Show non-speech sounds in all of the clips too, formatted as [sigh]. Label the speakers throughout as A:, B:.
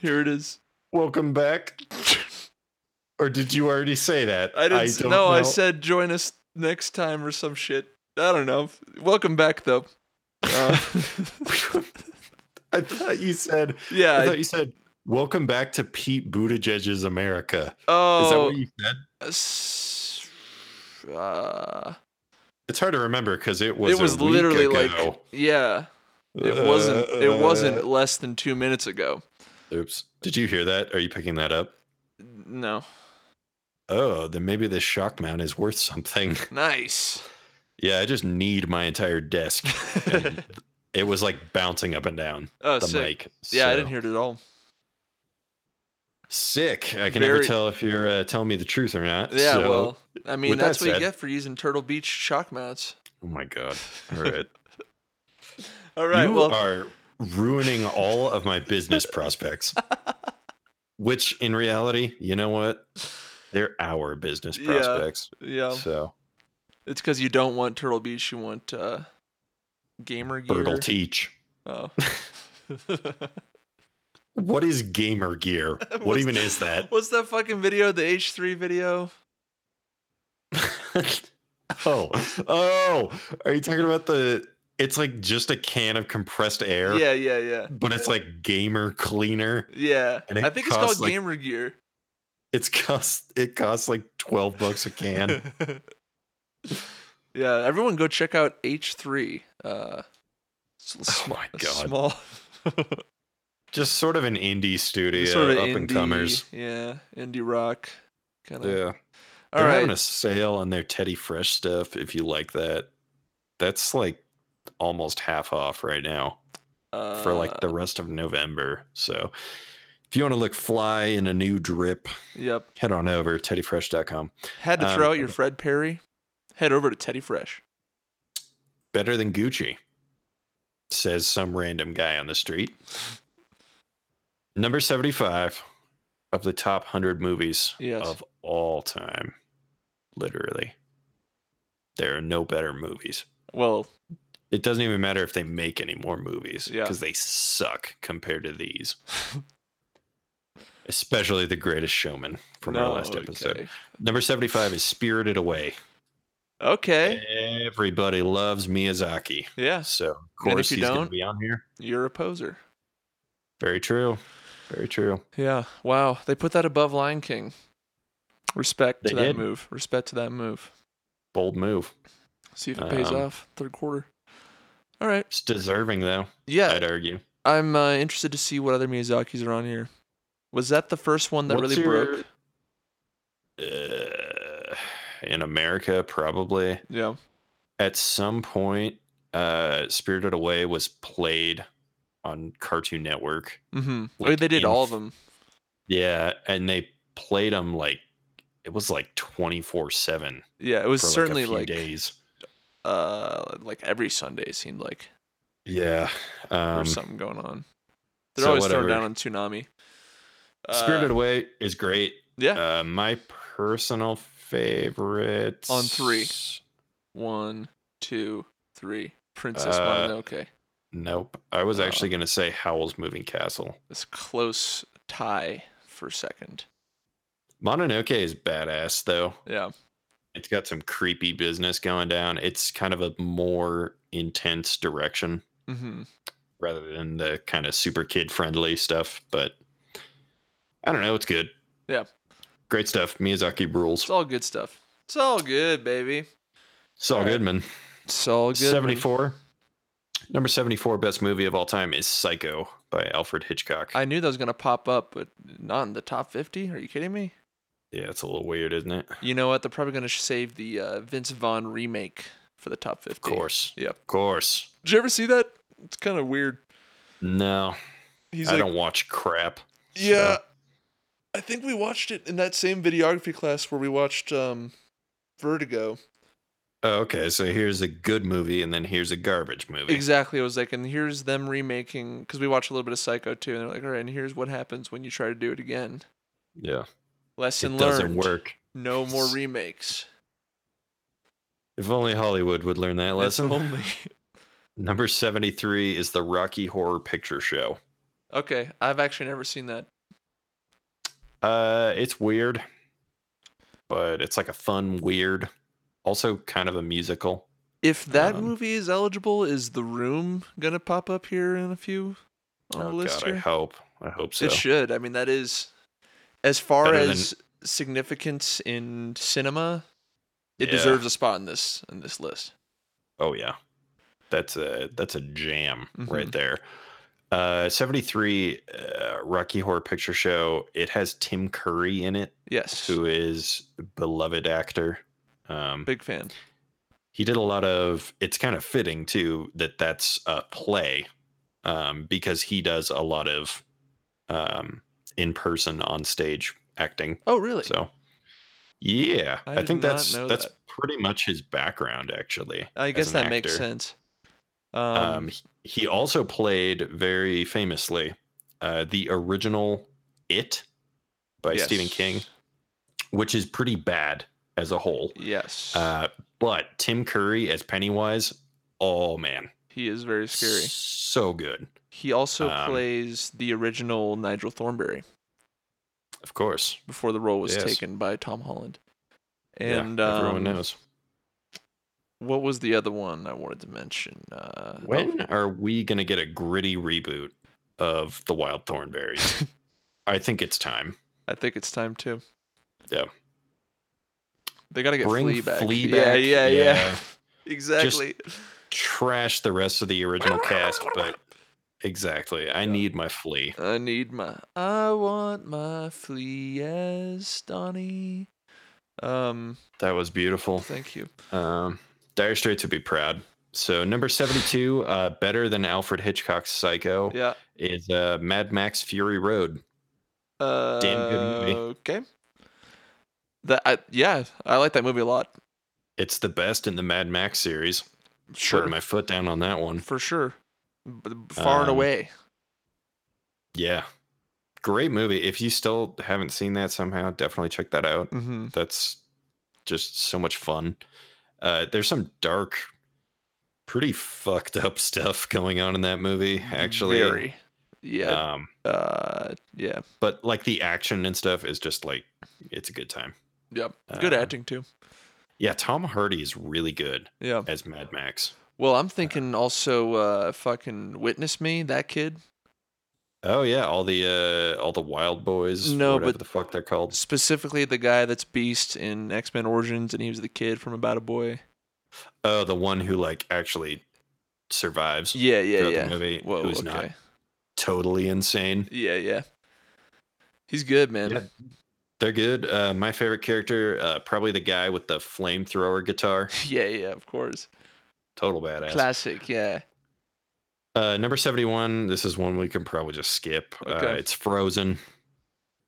A: Here it is.
B: Welcome back. or did you already say that?
A: I didn't. no, I said join us next time or some shit. I don't know. Welcome back though. [laughs] Uh,
B: I thought you said.
A: yeah.
B: I
A: I-
B: thought you said. Welcome back to Pete Buttigieg's America. Is that
A: oh.
B: what you said?
A: s- uh,
B: It's hard to remember because it was.
A: it was
B: a week
A: literally like
B: ago.
A: yeah. It wasn't. It wasn't
B: Uh,
A: less than two minutes ago.
B: Oops. Did you hear that? Are you picking that up?
A: No.
B: Oh, then maybe this shock mount is worth something. [laughs]
A: Nice.
B: Yeah, I just need my entire desk. And it was like bouncing up and down
A: oh,
B: the
A: sick.
B: mic.
A: Yeah, I
B: so-
A: didn't hear it at all.
B: Sick. I can never
A: Very-
B: tell if you're uh, telling me the truth or not.
A: Yeah,
B: so-
A: well, I mean,
B: with that
A: that's what
B: said-
A: you get for using Turtle Beach shock mounts.
B: Oh
A: [laughs]
B: my god. All right.
A: All right,
B: you
A: well,
B: are ruining all of my business
A: [laughs]
B: prospects. Which in reality, you know what? They're our business
A: Yeah.
B: prospects.
A: yeah,
B: So
A: it's because you don't want Turtle Beach, you want uh, gamer gear.
B: Bertle teach.
A: Oh.
B: What is
A: [laughs]
B: gamer gear? [laughs] What
A: What's-
B: even is that? [laughs]
A: What's that fucking video? The H3 video?
B: oh, oh, are you talking about the? It's like just a can of compressed air,
A: Yeah, yeah, yeah.
B: but it's like gamer cleaner.
A: Yeah.
B: And it
A: I think it's called
B: costs, like-
A: gamer gear.
B: It's cost. It costs like twelve bucks
A: [laughs]
B: a can.
A: yeah, everyone go check out H3. Uh, s-
B: Oh my
A: a
B: God.
A: Small, [laughs]
B: just sort of an indie studio,
A: sort of
B: up
A: indie,
B: and comers.
A: Yeah, indie rock. Kind of.
B: Yeah,
A: All
B: they're having a
A: right.
B: sale on their Teddy Fresh stuff. If you like that, that's like almost half off right now. for like the
A: Uh,
B: rest of November. So if you want to look fly in a new drip,
A: Yep.
B: head on over to teddyfresh.com.
A: Had to
B: Um,
A: throw out your Fred Perry. Head over to Teddy Fresh.
B: Better than Gucci, says some random guy on the street. Number 75 of the top 100 movies
A: Yes.
B: of all time. Literally. There are no better movies.
A: Well,
B: It doesn't even matter if they make any more movies
A: Yeah.
B: because they suck compared
A: [laughs]
B: to these. Especially The Greatest Showman from our
A: no,
B: last episode.
A: okay.
B: Number 75 is Spirited Away.
A: Okay.
B: Everybody loves Miyazaki.
A: Yeah,
B: So, of
A: And if
B: course,
A: you
B: he's going
A: don't-
B: to be on here.
A: you're a poser.
B: Very true. Very true.
A: Yeah. Wow. They put that above Lion King. Respect to
B: They
A: that
B: did.
A: move. Respect to that move.
B: Bold move.
A: See if it pays
B: Um,
A: off third quarter. All right.
B: It's deserving, though,
A: Yeah,
B: I'd argue.
A: I'm uh, interested to see what other Miyazakis are on here. Was that the first one that
B: What's
A: really
B: your-
A: broke?
B: Uh, in America, probably.
A: Yeah.
B: At some point, uh, Spirited Away was played on Cartoon Network.
A: Mm-hmm.
B: Like,
A: they did
B: in
A: all
B: f-
A: of them.
B: Yeah. And they played them like, it was like 24 7
A: Yeah, it was
B: for
A: certainly
B: like, a few
A: like
B: days.
A: uh like every Sunday it seemed like
B: Yeah.
A: there
B: Um,
A: was something going on. They're
B: so
A: always thrown
B: whatever.
A: down on tsunami. Uh,
B: Spirited Away is great.
A: Yeah.
B: Uh, my personal favorite
A: On three. One, two, three. Princess
B: Uh,
A: Mononoke.
B: Nope. I was
A: Oh.
B: actually going to say Howl's Moving Castle.
A: This close tie for second.
B: Mononoke is badass though.
A: Yeah.
B: It's got some creepy business going down. It's kind of a more intense direction
A: Mm-hmm.
B: rather than the kind of super kid friendly stuff, but I don't know, it's good.
A: Yeah.
B: Great stuff. Miyazaki rules.
A: It's all good stuff. It's all good, baby.
B: It's all
A: Alright.
B: good, man.
A: It's all good. man.
B: 74. Number 74 best movie of all time is Psycho by Alfred Hitchcock.
A: I knew that was gonna pop up, but not in the top fifty. Are you kidding me?
B: yeah, it's a little weird, isn't it?
A: You know what? They're probably gonna save the uh, Vince Vaughn remake for the top fifty.
B: Of course.
A: Yep.
B: Of course.
A: Did you ever see that? It's kind of weird.
B: No,
A: He's
B: I
A: like,
B: don't watch crap.
A: yeah. I think we watched it in that same videography class where we watched um, Vertigo.
B: Oh, okay, so here's a good movie, and then here's a garbage movie.
A: Exactly. I was like, and here's them remaking because we watched a little bit of Psycho too, and they're like, all right, and here's what happens when you try to do it again.
B: yeah,
A: Lesson
B: it
A: learned.
B: doesn't work.
A: No more remakes.
B: If only Hollywood would learn that
A: That's
B: [laughs] lesson. [laughs]
A: only. [laughs]
B: Number 73 is the Rocky Horror Picture Show.
A: Okay, I've actually never seen that.
B: Uh, it's weird, but it's like a fun weird. Also, kind of a musical.
A: If that
B: Um,
A: movie is eligible, is The Room gonna pop up here in a few on the list
B: Oh, I
A: here?
B: hope. I hope so.
A: It should. I mean, that is as far
B: Better than-
A: as significance in cinema, it
B: Yeah.
A: deserves a spot in this in this list.
B: Oh yeah, that's a that's a jam right
A: Mhm.
B: there. Uh, seventy three, uh, Rocky Horror Picture Show. It has Tim Curry in it,
A: Yes,
B: who is a beloved actor. Um,
A: big fan.
B: he did a lot of. It's kind of fitting too that that's a play, um, because he does a lot of um, in person on stage acting.
A: Oh, really?
B: So, yeah,
A: I
B: I,
A: did
B: think
A: not
B: that's
A: know
B: that's
A: that.
B: pretty much his background actually.
A: I
B: as
A: guess
B: an
A: that makes
B: actor.
A: sense.
B: Um,
A: Um,
B: he- he also played very famously uh, the original It by Stephen
A: yes.
B: King, which is pretty bad as a whole.
A: Yes,
B: Uh, but Tim Curry as Pennywise, oh man,
A: he is very scary.
B: so good,
A: He also
B: um,
A: plays the original Nigel Thornberry
B: of course.
A: before the role was
B: Yes.
A: taken by Tom Holland.
B: Yeah,
A: And
B: everyone
A: um,
B: knows.
A: What was the other one I wanted to mention? Uh, oh,
B: When are we gonna get a gritty reboot of the Wild
A: [laughs]
B: Thornberries? I think it's time.
A: I think it's time to.
B: Yeah.
A: They gotta get
B: Bring
A: Flea back.
B: Flea
A: Yeah,
B: back,
A: yeah, yeah.
B: yeah.
A: exactly.
B: Trash the rest of the original cast, but exactly, I need my flea.
A: I need my. I want my Flea as Donnie. Um,
B: That was beautiful.
A: thank you.
B: Um, Dire Straits would be proud. So number seventy-two, uh, better than Alfred Hitchcock's Psycho,
A: Yeah.
B: is uh, Mad Max Fury Road.
A: Uh,
B: good movie.
A: Okay. That I, yeah, I like that movie a lot.
B: It's the best in the Mad Max series.
A: Sure,
B: Put my foot down on that one.
A: for sure. B- far and
B: Um,
A: away.
B: Yeah, great movie. If you still haven't seen that somehow, definitely check that out.
A: Mm-hmm.
B: That's just so much fun. Uh, there's some dark, pretty fucked up stuff going on in that movie. Actually,
A: Very. Yeah.
B: um,
A: uh, yeah.
B: but like the action and stuff is just like it's a good time.
A: Yep. Good
B: Um,
A: acting too.
B: Yeah, Tom Hardy is really good
A: Yeah.
B: as Mad Max.
A: Well, I'm thinking also uh fucking witness me, that kid.
B: Oh yeah, all the uh all the Wild Boys. or
A: No,
B: whatever
A: but-
B: the fuck they're called.
A: Specifically the guy that's Beast in X-Men Origins and he was the kid from About a Boy.
B: Oh, the one who like actually survives
A: Yeah, yeah,
B: throughout
A: yeah.
B: the movie,
A: Whoa,
B: who's
A: okay.
B: not totally insane.
A: Yeah, yeah. He's good, man.
B: Yeah. They're good. Uh, my favorite character, uh, probably the guy with the flamethrower guitar.
A: [laughs] Yeah, yeah, of course.
B: Total badass.
A: Classic, yeah.
B: Uh, number seventy-one. This is one we can probably just skip. Uh,
A: Okay.
B: it's Frozen.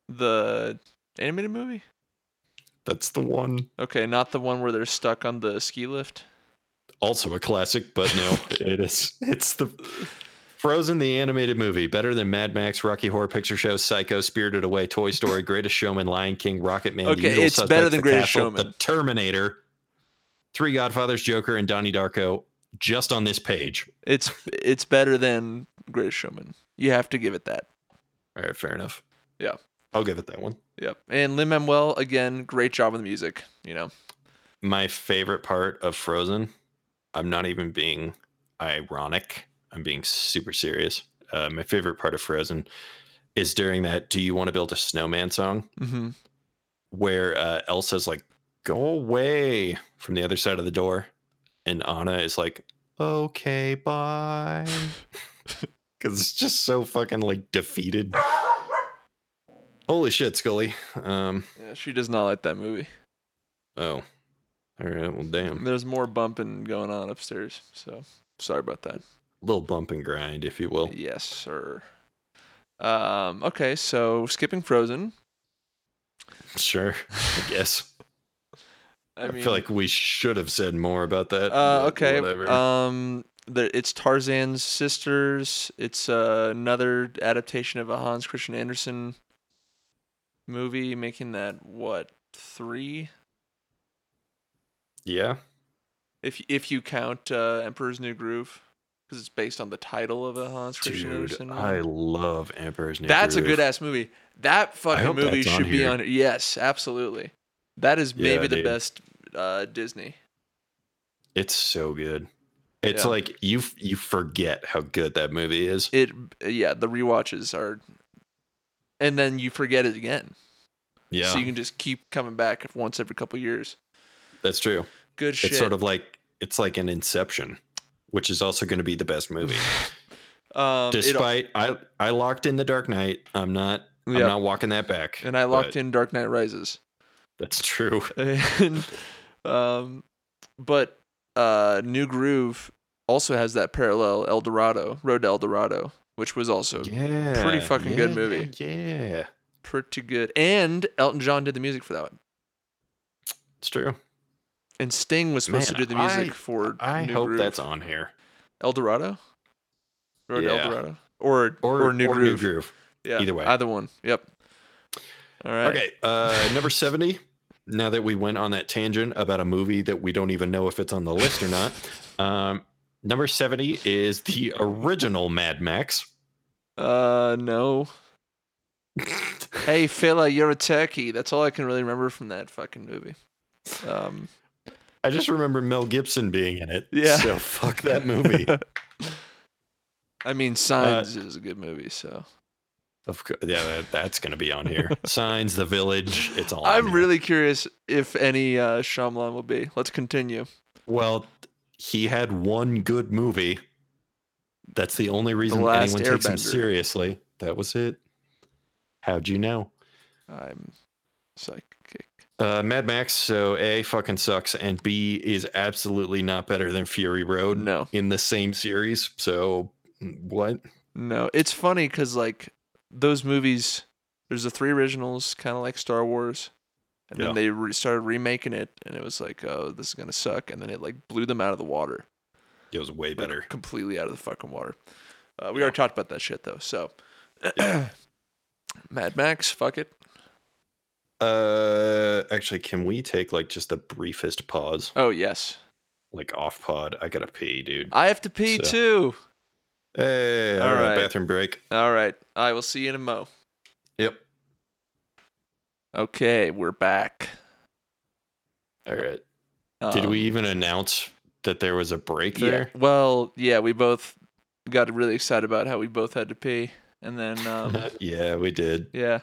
A: The animated movie?
B: That's the one.
A: Okay, not the one where they're stuck on the ski lift.
B: also a classic, but
A: [laughs]
B: no, it is. It's the Frozen, the animated movie, better than Mad Max, Rocky Horror Picture Show, Psycho, Spirited Away, Toy Story, Greatest Showman, Lion King, Rocket Man. The
A: Okay,
B: Usual
A: it's better
B: Suspects,
A: than
B: The
A: Greatest
B: The
A: Showman.
B: Terminator, Three Godfathers, Joker, and Donnie Darko, just on this page.
A: It's it's better than Greatest Showman. You have to give it that.
B: All right, fair enough.
A: Yeah.
B: I'll give it that one.
A: Yep. And Lin Manuel again, great job with the music, you know.
B: My favorite part of Frozen, I'm not even being ironic. I'm being super serious. Uh, my favorite part of Frozen is during that "Do you want to build a snowman?" song.
A: Mhm.
B: where uh, Elsa's like, "Go away" from the other side of the door, and Anna is like, "Okay, bye," [laughs] because it's just so fucking like defeated. Holy shit, Scully. Um.
A: Yeah, she does not like that movie.
B: Oh. All right. Well, damn.
A: There's more bumping going on upstairs, so sorry about that.
B: Little bump and grind, if you will.
A: Yes, sir. Um, okay, so skipping Frozen.
B: [laughs] Sure.
A: [laughs]
B: I guess.
A: I,
B: I,
A: mean,
B: feel like we should have said more about that.
A: uh,
B: but
A: okay.
B: Whatever.
A: Um, the, it's Tarzan's sisters. It's uh, another adaptation of a Hans Christian Andersen movie, making that what three?
B: yeah.
A: If if you count uh, Emperor's New Groove, 'Cause because it's based on the title of a Hans Christian
B: Dude,
A: Andersen.
B: I
A: movie.
B: love Emperor's New
A: That's a
B: Groove.
A: good ass movie. That fucking
B: hope
A: movie
B: that's on
A: should be
B: here.
A: on. Yes, absolutely. That is
B: Yeah,
A: maybe the
B: dude.
A: best uh, Disney.
B: It's so good. It's
A: e Yeah.
B: like you f- you forget how good that movie is.
A: It yeah, the rewatches are, and then you forget it again.
B: Yeah,
A: So you can just keep coming back once every couple years.
B: that's true.
A: Good shit.
B: It's sort of like it's like an Inception, which is also going to be the
A: [laughs]
B: best movie.
A: um, it-
B: Despite I I locked in The Dark Knight. I'm not I'm
A: Yeah.
B: not walking that back.
A: and I locked
B: but
A: in Dark Knight Rises. [laughs]
B: That's true.
A: and um, but uh, New Groove also has that parallel El Dorado, Road to El Dorado, which was also
B: Yeah,
A: fucking good
B: yeah,
A: movie.
B: Yeah,
A: pretty good. And Elton John did the music for that one,
B: it's true.
A: and Sting was supposed
B: Man,
A: to do the music
B: I-
A: for
B: I
A: New
B: hope
A: Groove.
B: that's on here
A: El Dorado, Road to
B: Yeah.
A: El Dorado, or or, New Groove. Yeah,
B: either way.
A: either one. Yep. All right.
B: Okay, uh, number seventy. Now that we went on that tangent about a movie that we don't even know if it's on the list or not, um, number seventy is the original Mad Max. [laughs]
A: Uh, no. Hey, fella, you're a turkey. That's all I can really remember from that fucking movie. Um,
B: I just remember Mel Gibson being in it.
A: Yeah.
B: So fuck [laughs]
A: [laughs]
B: that movie. Uh,
A: I mean, Signs is a good movie, so
B: of course, yeah, that, that's gonna be on here. Signs, The Village, it's all. on
A: [laughs] I'm
B: here.
A: really curious if any uh, Shyamalan will be. Let's continue.
B: well. He had one good movie. That's the only reason
A: Last
B: anyone takes him
A: Airbender.
B: seriously. That was it. How'd you know?
A: I'm psychic.
B: Uh, Mad Max, so A, fucking sucks, and B, is absolutely not better than Fury Road
A: Oh, No,
B: in the same series. So, mm, what?
A: no. It's funny because like those movies, there's the three originals, kind of like Star Wars, and
B: Yeah.
A: then they re- started remaking it, and it was like, oh, this is gonna suck, and then it like blew them out of the water.
B: It was way
A: like,
B: better.
A: completely out of the fucking water. Uh, we already talked about that shit though. So, [clears throat] Mad Max, fuck it.
B: Uh, actually, can we take like just the briefest pause,
A: Oh yes,
B: like off pod? I gotta pee, dude.
A: I have to pee
B: So-
A: too.
B: Hey, all
A: All
B: right.
A: right.
B: bathroom break.
A: All right, I will see you in a mo.
B: Yep.
A: Okay, we're back.
B: All right. Did
A: Um,
B: we even announce that there was a break
A: yeah,
B: there?
A: Well, yeah, we both got really excited about how we both had to pee, and then um,
B: [laughs] yeah, we did.
A: yeah,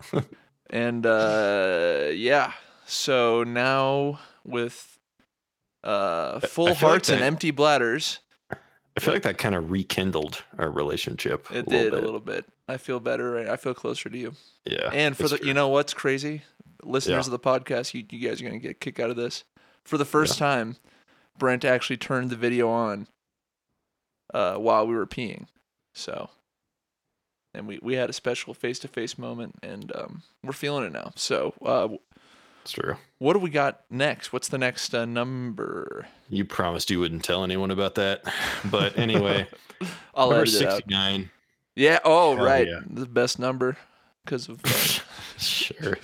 A: and uh, yeah. So now with uh,
B: I
A: full
B: feel like
A: hearts and
B: that-
A: empty bladders.
B: I feel like that kind of rekindled our relationship.
A: It did
B: bit.
A: a little bit. I feel better. right- I feel closer to you.
B: Yeah.
A: and for
B: it's
A: the,
B: true.
A: you know what's crazy, listeners of
B: Yeah.
A: the podcast, you, you guys are gonna get a kick out of this. For the first time, Brent actually turned the video on uh, while we were peeing. So, and we we had a special face to face moment, and um, we're feeling it now. So, uh,
B: it's true.
A: what do we got next? What's the next uh, number?
B: You promised you wouldn't tell anyone about that. [laughs] But anyway,
A: [laughs] I'll
B: number
A: edit it out.
B: 69.
A: Yeah. Oh,
B: Hell
A: right.
B: yeah.
A: The best number because of.
B: [laughs]
A: uh,
B: [laughs]
A: [laughs]
B: sure.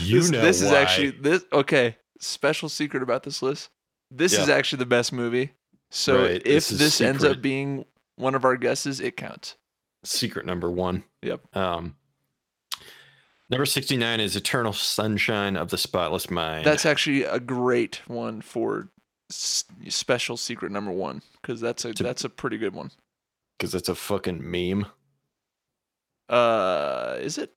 B: You
A: this,
B: know
A: this is
B: why.
A: actually this okay special secret about this list this is
B: Yeah.
A: actually the best movie so
B: Right,
A: if
B: this is
A: this, ends up
B: secret.
A: being one of our guesses it counts
B: secret number one.
A: Yep.
B: Um, number 69 is Eternal Sunshine of the Spotless Mind.
A: that's actually a great one for s- special secret number one because that's a
B: To-
A: that's a pretty good one
B: because it's a fucking meme.
A: uh is it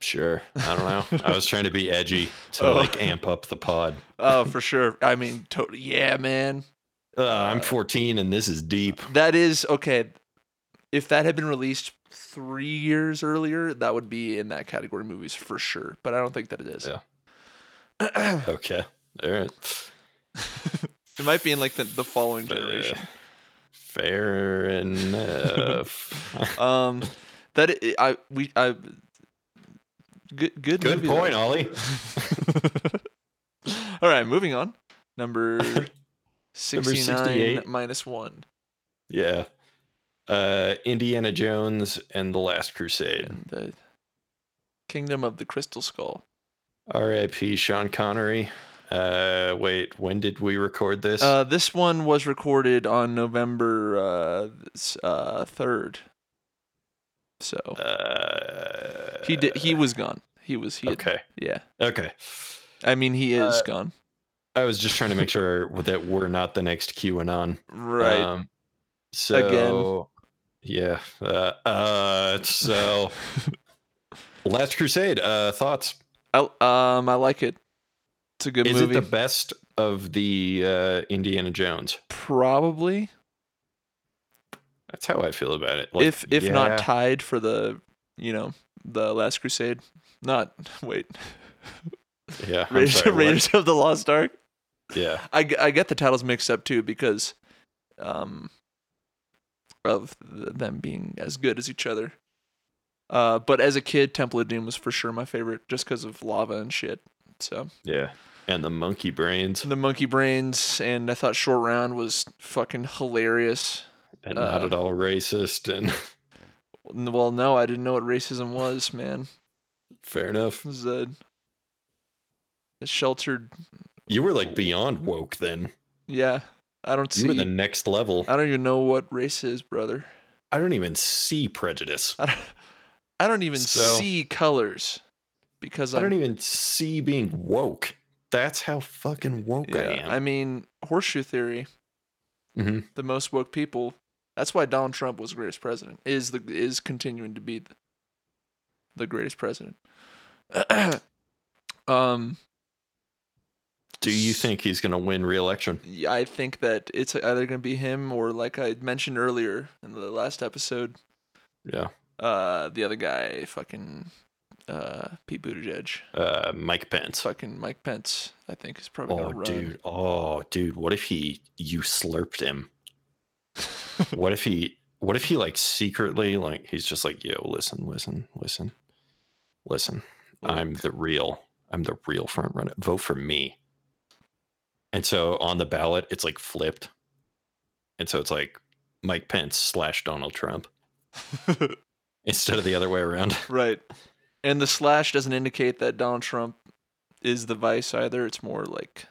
B: Sure. I don't know. I was trying to be edgy to
A: Oh.
B: like amp up the pod. [laughs]
A: oh for sure i mean totally yeah man
B: Uh, I'm 14 and this is deep.
A: that is okay if that had been released three years earlier that would be in that category of movies for sure but i don't think that it is
B: Okay. All right.
A: It might be in like the, the following generation.
B: Uh,
A: [laughs]
B: Fair enough.
A: Um, that i- I we I good good
B: Good
A: movie,
B: point, Ollie. [laughs]
A: though. [laughs] All right, moving on.
B: [laughs]
A: Number sixty nine
B: 68.
A: minus one,
B: Yeah. Uh Indiana Jones and the Last Crusade.
A: and the Kingdom of the Crystal Skull.
B: R.I.P. Sean Connery. Uh, wait, when did we record this?
A: Uh, this one was recorded on November uh, s- uh, 3rd. So
B: Uh,
A: he did, he was gone. He was he had-
B: okay.
A: yeah.
B: Okay.
A: I mean he is
B: Uh,
A: gone.
B: I was just trying to make sure that we're not the next QAnon.
A: Right.
B: Um, so yeah. Uh,
A: [laughs]
B: uh, so Last Crusade. Uh, thoughts?
A: I, um I like it. It's a good
B: Is
A: movie.
B: it the best of the uh, Indiana Jones?
A: Probably
B: That's how I feel about it.
A: if if not
B: yeah,
A: tied for the, you know, the Last Crusade. Not [laughs] wait. [laughs]
B: yeah, I'm
A: Raiders,
B: sorry, what?
A: Raiders of the Lost Ark.
B: Yeah,
A: I, g- I get the titles mixed up too because um of th- them being as good as each other. Uh, but as a kid, Temple of Doom was for sure my favorite, just because of lava and shit. So
B: yeah, and the monkey brains
A: the monkey brains, and I thought Short Round was fucking hilarious.
B: and not
A: uh,
B: at all racist and [laughs]
A: N- Well, no, I didn't know what racism was, man.
B: fair enough.
A: It was a, a sheltered,
B: You were like beyond woke then.
A: yeah. I don't see.
B: You were the next level.
A: I don't even know what race is, brother.
B: I don't even see prejudice.
A: I don't, I don't even
B: So-
A: see colors because
B: I
A: I'm,
B: don't even see being woke. That's how fucking woke I
A: yeah,
B: am.
A: I mean, horseshoe theory,
B: Mhm.
A: the most woke people. That's why Donald Trump was the greatest president. Is the is continuing to be the, the greatest president. [clears throat] um,
B: Do you think he's gonna win re-election?
A: yeah, I think that it's either going to be him or, like I mentioned earlier in the last episode,
B: Yeah.
A: uh, the other guy, fucking uh, Pete Buttigieg,
B: Uh, Mike Pence.
A: fucking Mike Pence. I think is probably going
B: Oh,
A: to run. [laughs]
B: dude. Oh, dude. What if he you slurped him? what if he? What if he like secretly like he's just like yo listen listen listen listen I'm the real I'm the real front runner vote for me. And so on the ballot it's like flipped, and so it's like Mike Pence slash Donald Trump [laughs] instead of the other way around.
A: Right. And the slash doesn't indicate that Donald Trump is the vice either. It's more like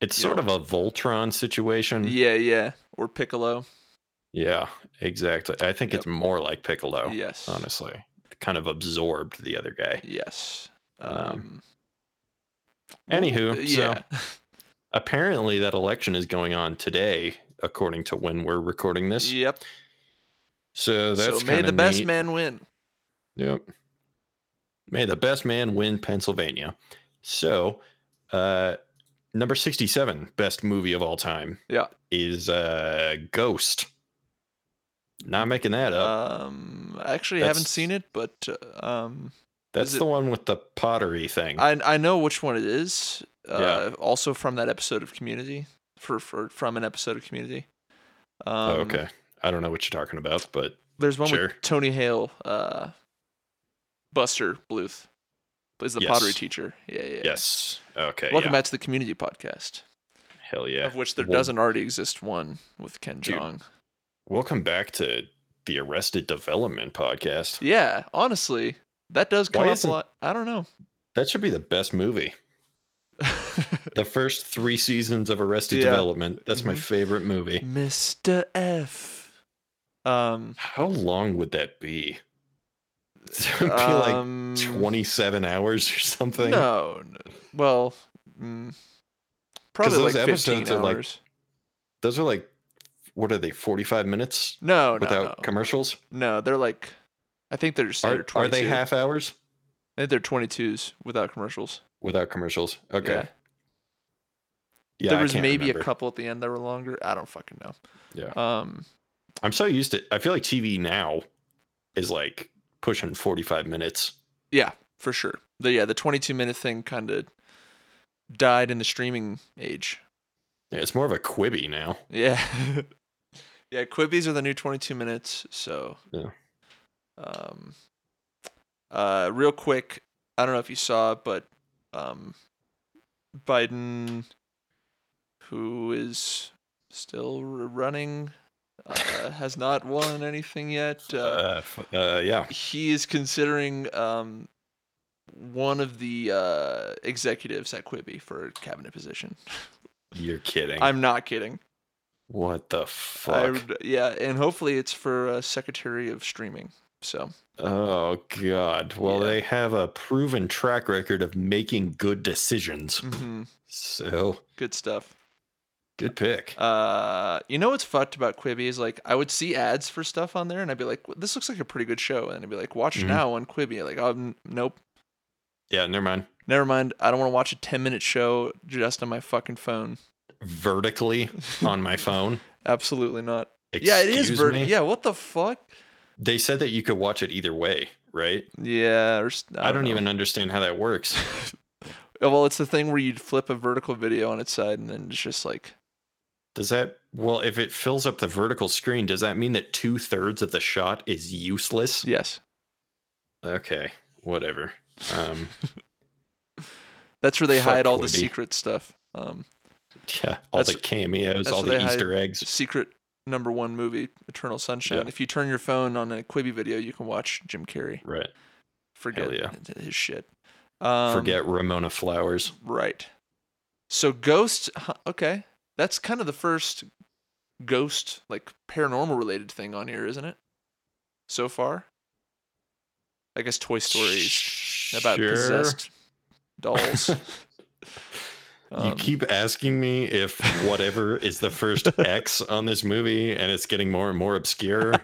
B: It's
A: Yeah.
B: sort of a Voltron situation.
A: yeah, yeah, or Piccolo.
B: Yeah, exactly. I think
A: Yep.
B: it's more like Piccolo,
A: yes.
B: honestly. Kind of absorbed the other guy.
A: Yes.
B: Um,
A: Um
B: Anywho,
A: yeah.
B: so apparently that election is going on today, according to when we're recording
A: [laughs]
B: this.
A: yep.
B: So that's
A: so may
B: kinda
A: the best
B: neat.
A: man win.
B: Yep. May the best man win Pennsylvania. So, uh, number 67, best movie of all time.
A: Yeah.
B: Is uh, Ghost. Not making that up.
A: Um I actually haven't
B: That's-
A: seen it, but uh, um
B: That's
A: it-
B: the one with the pottery thing.
A: I I know which one it is. Uh also from that episode of Community. For, for from an episode of Community. Um
B: oh, okay. I don't know what you're talking about, but
A: There's one
B: Sure.
A: with Tony Hale, uh, Buster Bluth, is the
B: Yes.
A: pottery teacher. Yeah, yeah. yeah.
B: yes. Okay.
A: Welcome
B: yeah.
A: back to the Community Podcast,
B: Hell yeah.
A: of which there
B: Well,
A: doesn't already exist one with Ken
B: Dude.
A: Jong.
B: Welcome back to the Arrested Development podcast.
A: Yeah, honestly, that does come
B: Why
A: up a
B: isn't-
A: lot. I don't know.
B: That should be the best movie.
A: [laughs]
B: The first three seasons of Arrested
A: Yeah.
B: Development. That's my
A: Mhm.
B: favorite movie.
A: Mr. F. Um,
B: How long would that be? [laughs] It would be
A: um,
B: like 27 hours or something.
A: No, no. Well, mm, probably
B: those
A: like 15
B: episodes are, like,
A: hours.
B: Those are like, what are they, 45 minutes
A: Oh, no, no,
B: without
A: no.
B: commercials?
A: No, they're like, I think they're just
B: Are, are they
A: 22.
B: half hours
A: I think they're 22s without commercials.
B: without commercials? Okay.
A: Yeah.
B: Yeah.
A: there
B: I
A: was
B: can't
A: maybe
B: remember.
A: a couple at the end that were longer. I don't fucking know.
B: Yeah.
A: Um.
B: I'm so used to I feel like TV now is like pushing 45 minutes.
A: Yeah, for sure. The yeah, the 22 minute thing kind of died in the streaming age.
B: Yeah, it's more of a Quibi now.
A: Yeah. [laughs] yeah. Quibbies are the new 22 minutes. So.
B: Yeah.
A: Um. Uh. Real quick, I don't know if you saw, it, but um, Biden, who is still r- running, uh, has not won anything yet.
B: Uh,
A: Uh,
B: f- uh, yeah.
A: he is considering um, one of the uh, executives at Quibi for a cabinet position.
B: You're kidding.
A: I'm not kidding.
B: what the
A: I
B: fuck?
A: would- yeah, and hopefully it's for uh, Secretary of Streaming. So
B: Oh god. Well,
A: Yeah.
B: they have a proven track record of making good decisions.
A: mhm,
B: So,
A: good stuff.
B: good pick.
A: Uh, you know what's fucked about Quibi is like I would see ads for stuff on there, and I'd be like, "This looks like a pretty good show," and I'd be like, "Watch
B: Mhm.
A: now on Quibi." Like, oh, n- nope,
B: Yeah, never mind.
A: never mind. I don't want to watch a ten minute show just on my fucking phone. [laughs]
B: Vertically on my phone.
A: Absolutely not. yeah, it is
B: Excuse
A: vertical.
B: me?
A: Yeah, what the fuck?
B: They said that you could watch it either way, right?
A: Yeah, or, s-
B: I don't,
A: know.
B: even understand how that works.
A: Oh, Well, it's the thing where you'd flip a vertical video on its side, and then it's just like,
B: Does that well, if it fills up the vertical screen, does that mean that two thirds of the shot is useless?
A: yes,
B: Okay, whatever. Um, [laughs]
A: that's where they
B: Fuck
A: hide all the
B: Quibi.
A: secret stuff. Um,
B: yeah, all
A: That's-
B: the cameos,
A: that's
B: all
A: what
B: the
A: they hide.
B: Easter eggs.
A: secret number one movie, Eternal Sunshine.
B: Yeah.
A: If you turn your phone on a Quibi video, you can watch Jim Carrey.
B: Right.
A: Forget
B: yeah.
A: his shit. Um,
B: Forget Ramona Flowers.
A: right. So ghosts. huh, Okay, that's kind of the first ghost like paranormal related thing on here, isn't it? So far, I guess Toy Stories about
B: Sure.
A: possessed dolls.
B: [laughs] you
A: Um,
B: keep asking me if whatever is
A: [laughs]
B: the first X on this movie, and it's getting more and more
A: [laughs]
B: obscure.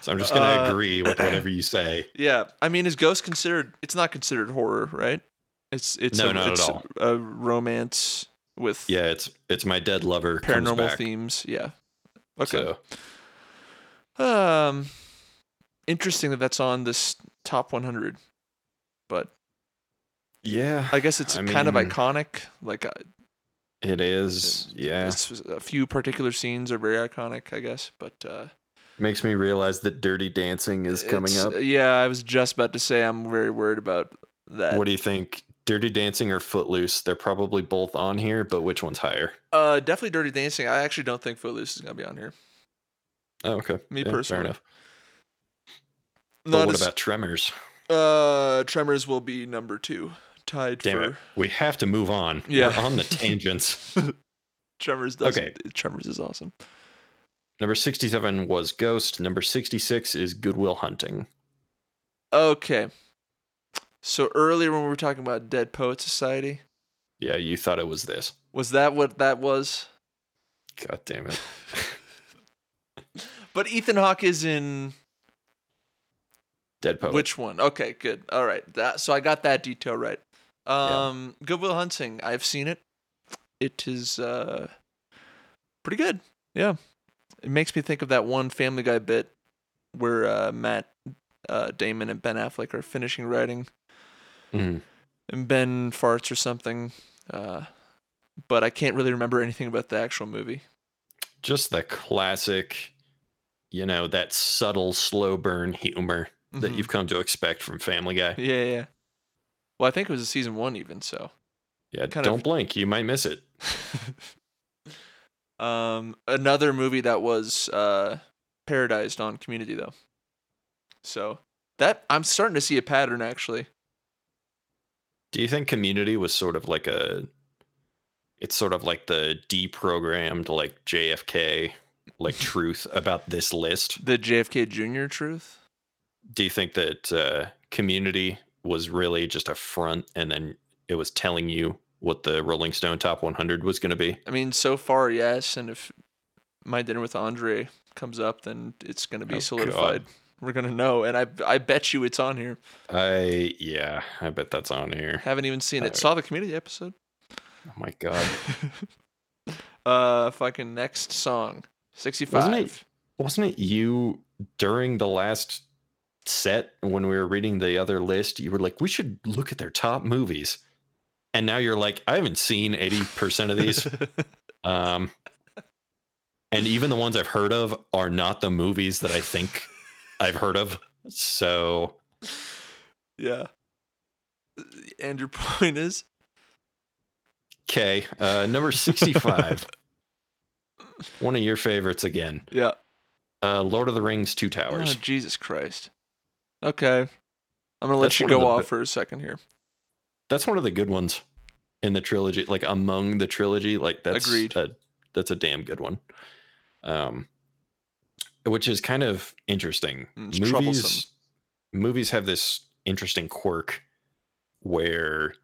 B: so I'm just gonna
A: Uh, [clears throat]
B: agree with whatever you say.
A: yeah, I mean, is Ghost considered? It's not considered horror, right? It's it's
B: No,
A: a,
B: not at
A: it's
B: all.
A: a romance with
B: Yeah, it's it's my dead lover comes
A: paranormal
B: back,
A: themes. Yeah. Okay.
B: so-
A: Um, interesting that that's on this top 100, but
B: yeah,
A: I guess it's
B: I
A: kind of
B: mean-
A: iconic. Like, uh,
B: it is. Yeah,
A: it's, a few particular scenes are very iconic, I guess. But uh,
B: makes me realize that Dirty Dancing is coming
A: it's-
B: up.
A: Yeah, I was just about to say I'm very worried about that.
B: What do you think? Dirty Dancing or Footloose? They're probably both on here, but which one's higher?
A: Uh, definitely Dirty Dancing. I actually don't think Footloose is gonna be on here.
B: Oh, okay.
A: Me
B: Yeah,
A: personally.
B: fair enough. But
A: Not
B: what
A: as,
B: about Tremors?
A: uh, Tremors will be number two, tied
B: Damn
A: for
B: it, we have to move on.
A: Yeah.
B: We're
A: [laughs]
B: on the tangents.
A: Tremors. Does,
B: Okay.
A: Tremors is awesome.
B: Number sixty-seven was Ghost. Number sixty-six is Goodwill Hunting.
A: Okay, so earlier when we were talking about Dead Poet Society,
B: Yeah, you thought it was this.
A: was that what that was?
B: God
A: [laughs]
B: damn it.
A: But Ethan Hawke is in
B: Dead Poet.
A: which one? Okay, good. All right, that so I got that detail right.
B: Yeah.
A: Um, Goodwill Hunting. I've seen it. It is uh, pretty good. Yeah, it makes me think of that one Family Guy bit where uh, Matt uh, Damon and Ben Affleck are finishing writing,
B: Mhm.
A: and Ben farts or something. Uh, but I can't really remember anything about the actual movie.
B: Just the classic, you know, that subtle slow burn humor that
A: Mhm.
B: you've come to expect from Family Guy.
A: yeah, yeah. Well, I think it was a season one even. So
B: Yeah,
A: kind
B: don't
A: of-
B: blink. You might miss it.
A: [laughs] um, another movie that was uh, parodized on Community though. So that I'm starting to see a pattern actually.
B: Do you think Community was sort of like a? It's sort of like the deprogrammed, like JFK, [laughs] like truth about this list.
A: The JFK Jr. truth.
B: Do you think that uh, Community was really just a front, and then it was telling you what the Rolling Stone Top 100 was going to be?
A: I mean, so far yes, and if my dinner with Andre comes up, then it's gonna be
B: Oh, God.
A: solidified. We're gonna know, and I I bet you it's on here.
B: I yeah, I bet that's on here.
A: Haven't even seen it.
B: Alright.
A: Saw the Community episode.
B: Oh my god,
A: [laughs] uh, fucking next song, sixty-five.
B: Wasn't it- wasn't it you during the last set when we were reading the other list? You were like, we should look at their top movies, and now you're like, I haven't seen eighty percent of
A: [laughs]
B: these. um, and even the ones I've heard of are not the movies that I think I've heard of. So
A: Yeah. And your [laughs] point is
B: okay, uh, number sixty-five. One of your favorites again,
A: Yeah.
B: uh, Lord of the Rings, Two
A: Oh,
B: Towers.
A: Jesus Christ. Okay. I'm gonna let
B: That's
A: you
B: one
A: go
B: of the
A: off
B: be-
A: for a second here.
B: That's one of the good ones in the trilogy, like among the trilogy. Like that's
A: Agreed.
B: A, that's a damn good one. Um, which is kind of interesting.
A: Mm, it's troublesome.
B: movies have this interesting quirk where,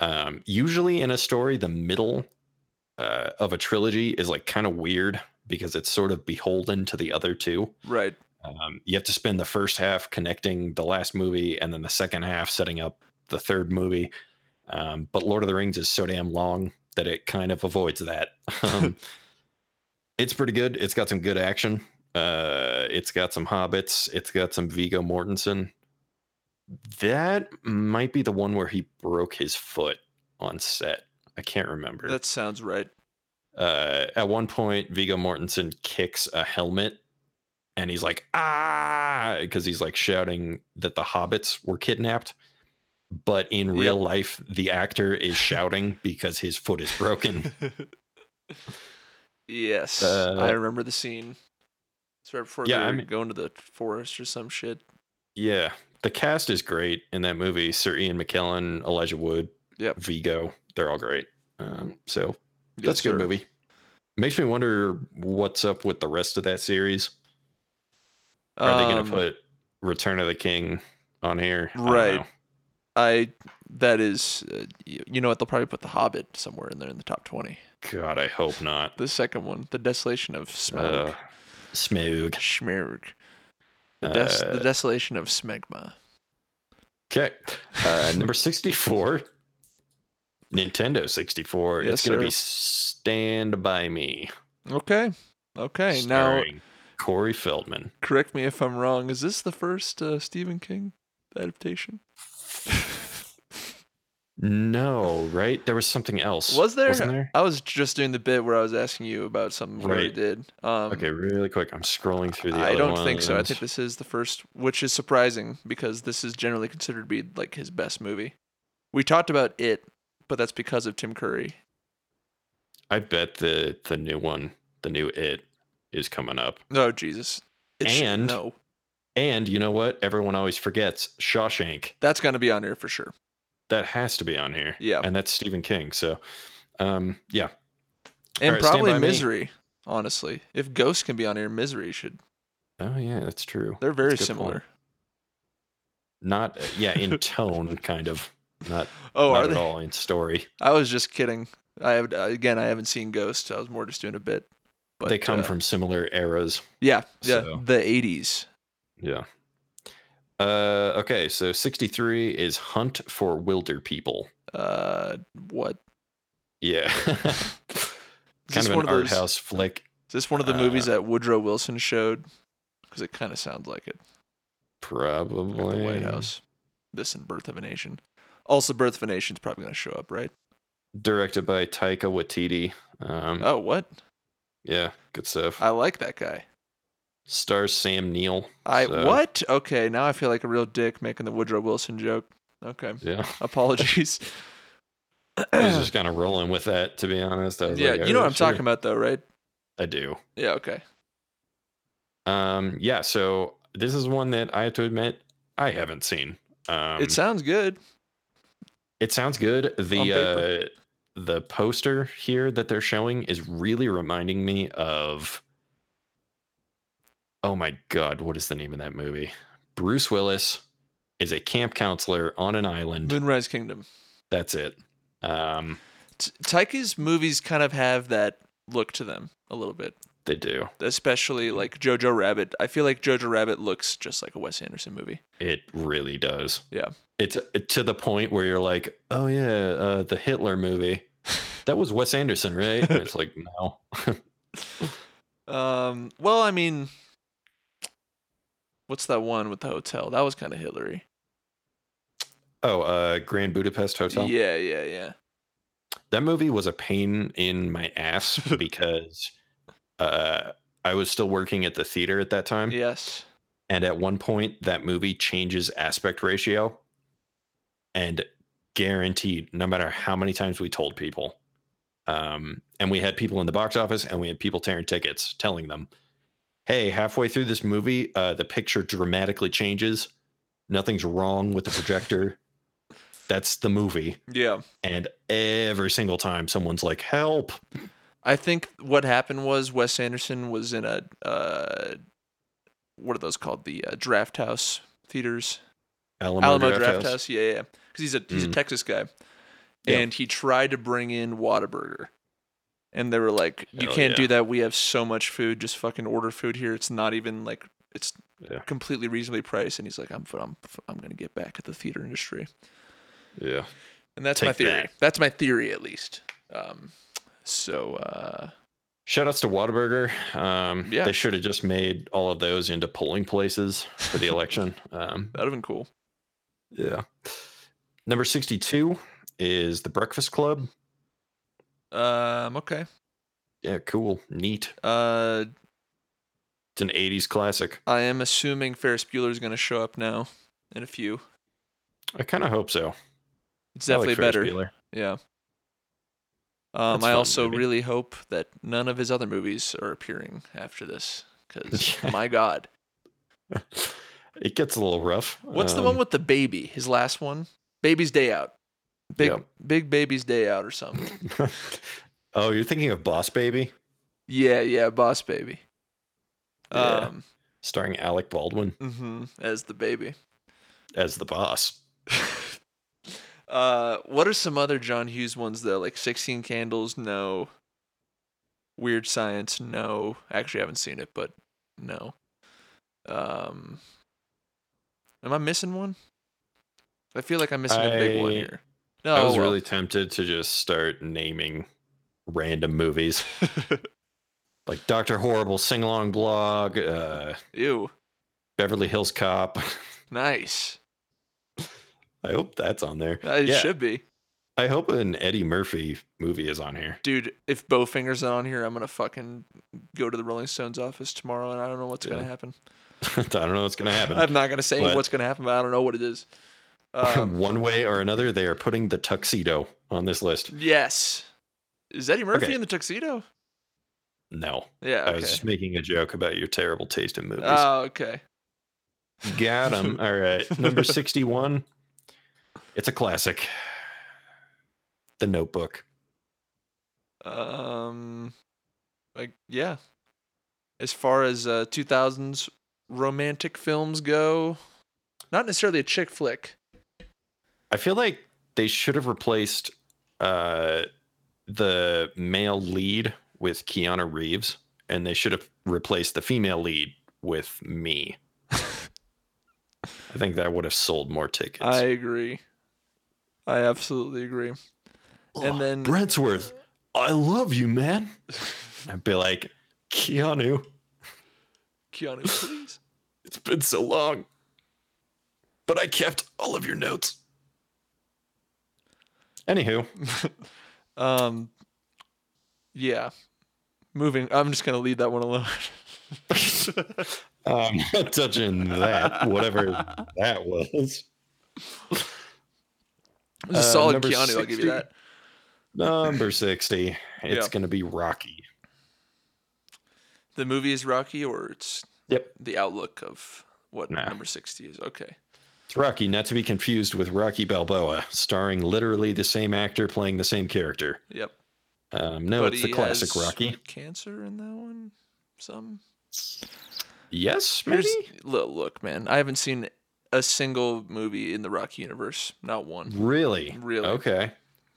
B: um, usually in a story, the middle uh, of a trilogy is like kind of weird because it's sort of beholden to the other two.
A: Right.
B: Um, you have to spend the first half connecting the last movie and then the second half setting up the third movie. Um, but Lord of the Rings is so damn long that it kind of avoids that. [laughs] Um, it's pretty good. It's got some good action. Uh, it's got some hobbits. It's got some Vigo Mortensen. That might be the one where he broke his foot on set. I can't remember
A: That sounds
B: [laughs]
A: right.
B: uh, at one point Vigo Mortensen kicks a helmet and he's like ah because he's like shouting that the hobbits were kidnapped but in
A: Yep.
B: real life the actor
A: [laughs]
B: is shouting because his foot is broken
A: yes.
B: Uh,
A: I remember the scene. It's right before
B: Yeah, I
A: they're
B: mean-
A: going to the forest or some shit.
B: yeah the cast is great in that movie sir ian mckellen elijah wood
A: Yep.
B: vigo they're all great um, so that's
A: Yes,
B: a good
A: sir.
B: movie makes me wonder what's up with the rest of that series are they going
A: Um,
B: to put return of the king on here I don't
A: Right.
B: know.
A: I that is uh, y- you know what they'll probably put the Hobbit somewhere in there in the top twenty.
B: God, I hope not.
A: The second one, the Desolation of Smog.
B: Uh, Smoog.
A: Schmerg. The, des-
B: Uh,
A: the Desolation of Smegma.
B: Okay. Uh, number 64, Nintendo 64.
A: Yes,
B: it's going to be
A: sir.
B: Stand By Me.
A: Okay. Okay. Now
B: starring Corey Feldman.
A: correct me if I'm wrong. Is this the first uh, Stephen King adaptation? [laughs]
B: No, right? There was something else.
A: Was there?
B: Wasn't there?
A: I was just doing the bit where I was asking you about something we already
B: Right.
A: did. Um,
B: Okay, really quick. I'm scrolling through the.
A: I
B: other
A: don't think so. I
B: ones.
A: think this is the first, which is surprising because this is generally considered to be like his best movie. We talked about it, but that's because of Tim Curry.
B: I bet the the new one, the new it, is coming up.
A: Oh Jesus! sh-
B: And-
A: no,
B: And you know what? Everyone always forgets Shawshank.
A: that's gonna be on here for sure.
B: That has to be on here.
A: Yeah.
B: and that's Stephen King. So, um, yeah,
A: And
B: right, Stand
A: probably
B: By Me.
A: Misery. Honestly, if Ghost can be on here, Misery should.
B: Oh yeah, that's true.
A: They're very
B: That's a good
A: similar.
B: Not uh, yeah,
A: [laughs]
B: in tone kind of. Not,
A: Oh,
B: not
A: are
B: at
A: they?
B: all in story.
A: [laughs] I was just kidding. I have again. I haven't seen Ghost. I was more just doing a bit. But
B: they come
A: uh,
B: from similar eras.
A: yeah, yeah,
B: so-
A: the '80s.
B: Yeah. Uh okay, so 63 is Hunt for Wilder People.
A: Uh, what?
B: Yeah. [laughs]
A: Is
B: kind
A: this
B: of
A: one
B: an
A: of
B: art
A: those-
B: house Uh, flick.
A: Is this one of the movies that Woodrow Wilson showed? Because it kind of sounds like it.
B: Probably.
A: Like the White House. This and Birth of a Nation. Also, Birth of a Nation's probably going to show up, right?
B: Directed by Taika Waititi. Um
A: Oh, what?
B: yeah, good stuff.
A: I like that guy.
B: Stars Sam Neill.
A: I
B: so,
A: what? Okay, now I feel like a real dick making the Woodrow Wilson joke. Okay, [laughs]
B: Yeah.
A: apologies.
B: I
A: [clears throat]
B: was just kind of rolling with that to be honest. I was
A: yeah,
B: like,
A: you know
B: "Oh,
A: what I'm
B: sure."
A: talking about, though, right?
B: I do.
A: Yeah. Okay.
B: Um, yeah, so this is one that I have to admit I haven't seen. Um,
A: it sounds good.
B: it sounds good.
A: on
B: The
A: paper.
B: uh, the poster here that they're showing is really reminding me of. Oh my god, what is the name of that movie? Bruce Willis is a camp counselor on an island.
A: Moonrise Kingdom.
B: That's it. Um,
A: T- Taika's movies kind of have that look to them a little bit,
B: they do.
A: especially
B: Mm-hmm.
A: like Jojo Rabbit. I feel like Jojo Rabbit looks just like a Wes Anderson movie.
B: It really does.
A: Yeah.
B: It's to the point where you're like, oh yeah, uh, the
A: [laughs]
B: Hitler movie. That was Wes Anderson, right? And it's like, no.
A: Um, well, I mean, what's that one with the hotel? That was kind of Hillary.
B: Oh, uh, Grand Budapest Hotel.
A: Yeah, yeah, yeah.
B: That movie was a pain in my
A: [laughs]
B: ass because uh, I was still working at the theater at that time.
A: Yes.
B: And at one point, that movie changes aspect ratio. And guaranteed, no matter how many times we told people, um, and we had people in the box office and we had people tearing tickets telling them, hey, halfway through this movie, uh, the picture dramatically changes Nothing's wrong with the projector. That's the movie.
A: Yeah.
B: And every single time someone's like, help.
A: I think what happened was Wes Anderson was in a uh, what are those called? The uh, Draft House theaters,
B: Alamo,
A: Alamo
B: Draft House.
A: Yeah, yeah. Because he's a he's a
B: Mhm.
A: Texas guy,
B: Yeah.
A: and he tried to bring in Whataburger, and they were like, "You
B: Hell
A: can't
B: yeah.
A: do that. We have so much food. Just fucking order food here. It's not even like it's
B: Yeah.
A: completely reasonably priced." And he's like, "I'm I'm I'm gonna get back at the theater industry."
B: Yeah.
A: And that's my
B: Take
A: theory.
B: that.
A: That's my theory, at least. Um, so uh,
B: Shout outs to Whataburger. Um,
A: Yeah.
B: They should have just made all of those into polling places for the election. [laughs] Um,
A: that'd have been cool.
B: yeah. Number 62 is The Breakfast Club.
A: Um, okay.
B: Yeah, cool. Neat.
A: Uh,
B: It's an 80s classic.
A: I am assuming Ferris Bueller is going to show up now in a few.
B: I kind of hope so.
A: It's
B: I like
A: definitely
B: Ferris
A: better.
B: Bueller.
A: Yeah. Um,
B: That's
A: I
B: fun
A: also
B: movie.
A: really hope that none of his other movies are appearing after this
B: [laughs]
A: because
B: Yeah.
A: my God,
B: [laughs] It gets a little rough.
A: what's the one
B: Um,
A: with the baby? His last one, Baby's Day Out, Big
B: yeah.
A: Big Baby's Day Out or something.
B: [laughs] oh, you're thinking of Boss Baby,
A: yeah, yeah, Boss Baby.
B: Yeah.
A: Um,
B: starring Alec Baldwin
A: mhm, as the baby.
B: as the boss.
A: Uh, what are some other John Hughes ones though? Like Sixteen Candles, no. Weird Science, no. Actually, I haven't seen it, but no. Um, am I missing one? I feel like I'm missing a big one
B: I-
A: here. No,
B: I was
A: Oh, well.
B: really tempted to just start naming random movies
A: [laughs]
B: like Doctor Horrible, Sing Along Blog, uh,
A: ew.
B: Beverly Hills Cop.
A: Nice.
B: I hope that's on there.
A: Uh, It
B: Yeah.
A: should be,
B: I hope an Eddie Murphy movie is on here. [laughs]
A: dude. If Bowfinger's not on here, I'm gonna fucking go to the Rolling Stones office tomorrow, and I don't know what's gonna
B: Yeah.
A: happen.
B: I don't know what's gonna happen.
A: I'm not gonna say
B: But-
A: what's gonna happen, but I don't know what it
B: [laughs]
A: is. Um,
B: one way or another, they are putting the tuxedo on this list.
A: Yes. Is Eddie Murphy
B: Okay.
A: in the tuxedo?
B: No,
A: Yeah.
B: I was
A: Okay.
B: just making a joke about your terrible taste in movies.
A: Oh, okay.
B: Got
A: [laughs]
B: him. All right. Number 61. It's a classic. The Notebook.
A: Um, like yeah. As far as uh, 2000s romantic films go, not necessarily a chick flick.
B: I feel like they should have replaced uh, the male lead with Keanu Reeves, and they should have replaced the female lead with me. I think that would have sold more tickets.
A: I agree. I absolutely agree. and then-
B: Brentsworth, I love you, man. I'd be like, Keanu,
A: Keanu,
B: [laughs]
A: please.
B: It's been so long. But I kept all of your notes. Anywho,
A: Um, yeah. Moving. I'm just gonna leave that one alone. [laughs]
B: [laughs] I'm not Um, touching that, whatever that was.
A: It was a
B: Uh,
A: solid
B: number
A: Keanu. I'll give
B: 60.
A: you that.
B: Number 60. It's
A: Yeah.
B: going to be Rocky.
A: The movie is Rocky, or it's
B: Yep.
A: the outlook of what
B: Nah.
A: number 60 is. Okay.
B: It's Rocky, not to be confused with Rocky Balboa, starring literally the same actor playing the same character.
A: Yep.
B: Um, no,
A: But
B: it's the
A: he
B: classic
A: has
B: Rocky.
A: Cancer in that one? Some?
B: Yes, maybe?
A: Here's, look, look, man. I haven't seen a single movie in the Rocky universe. Not one.
B: Really?
A: Really.
B: Okay.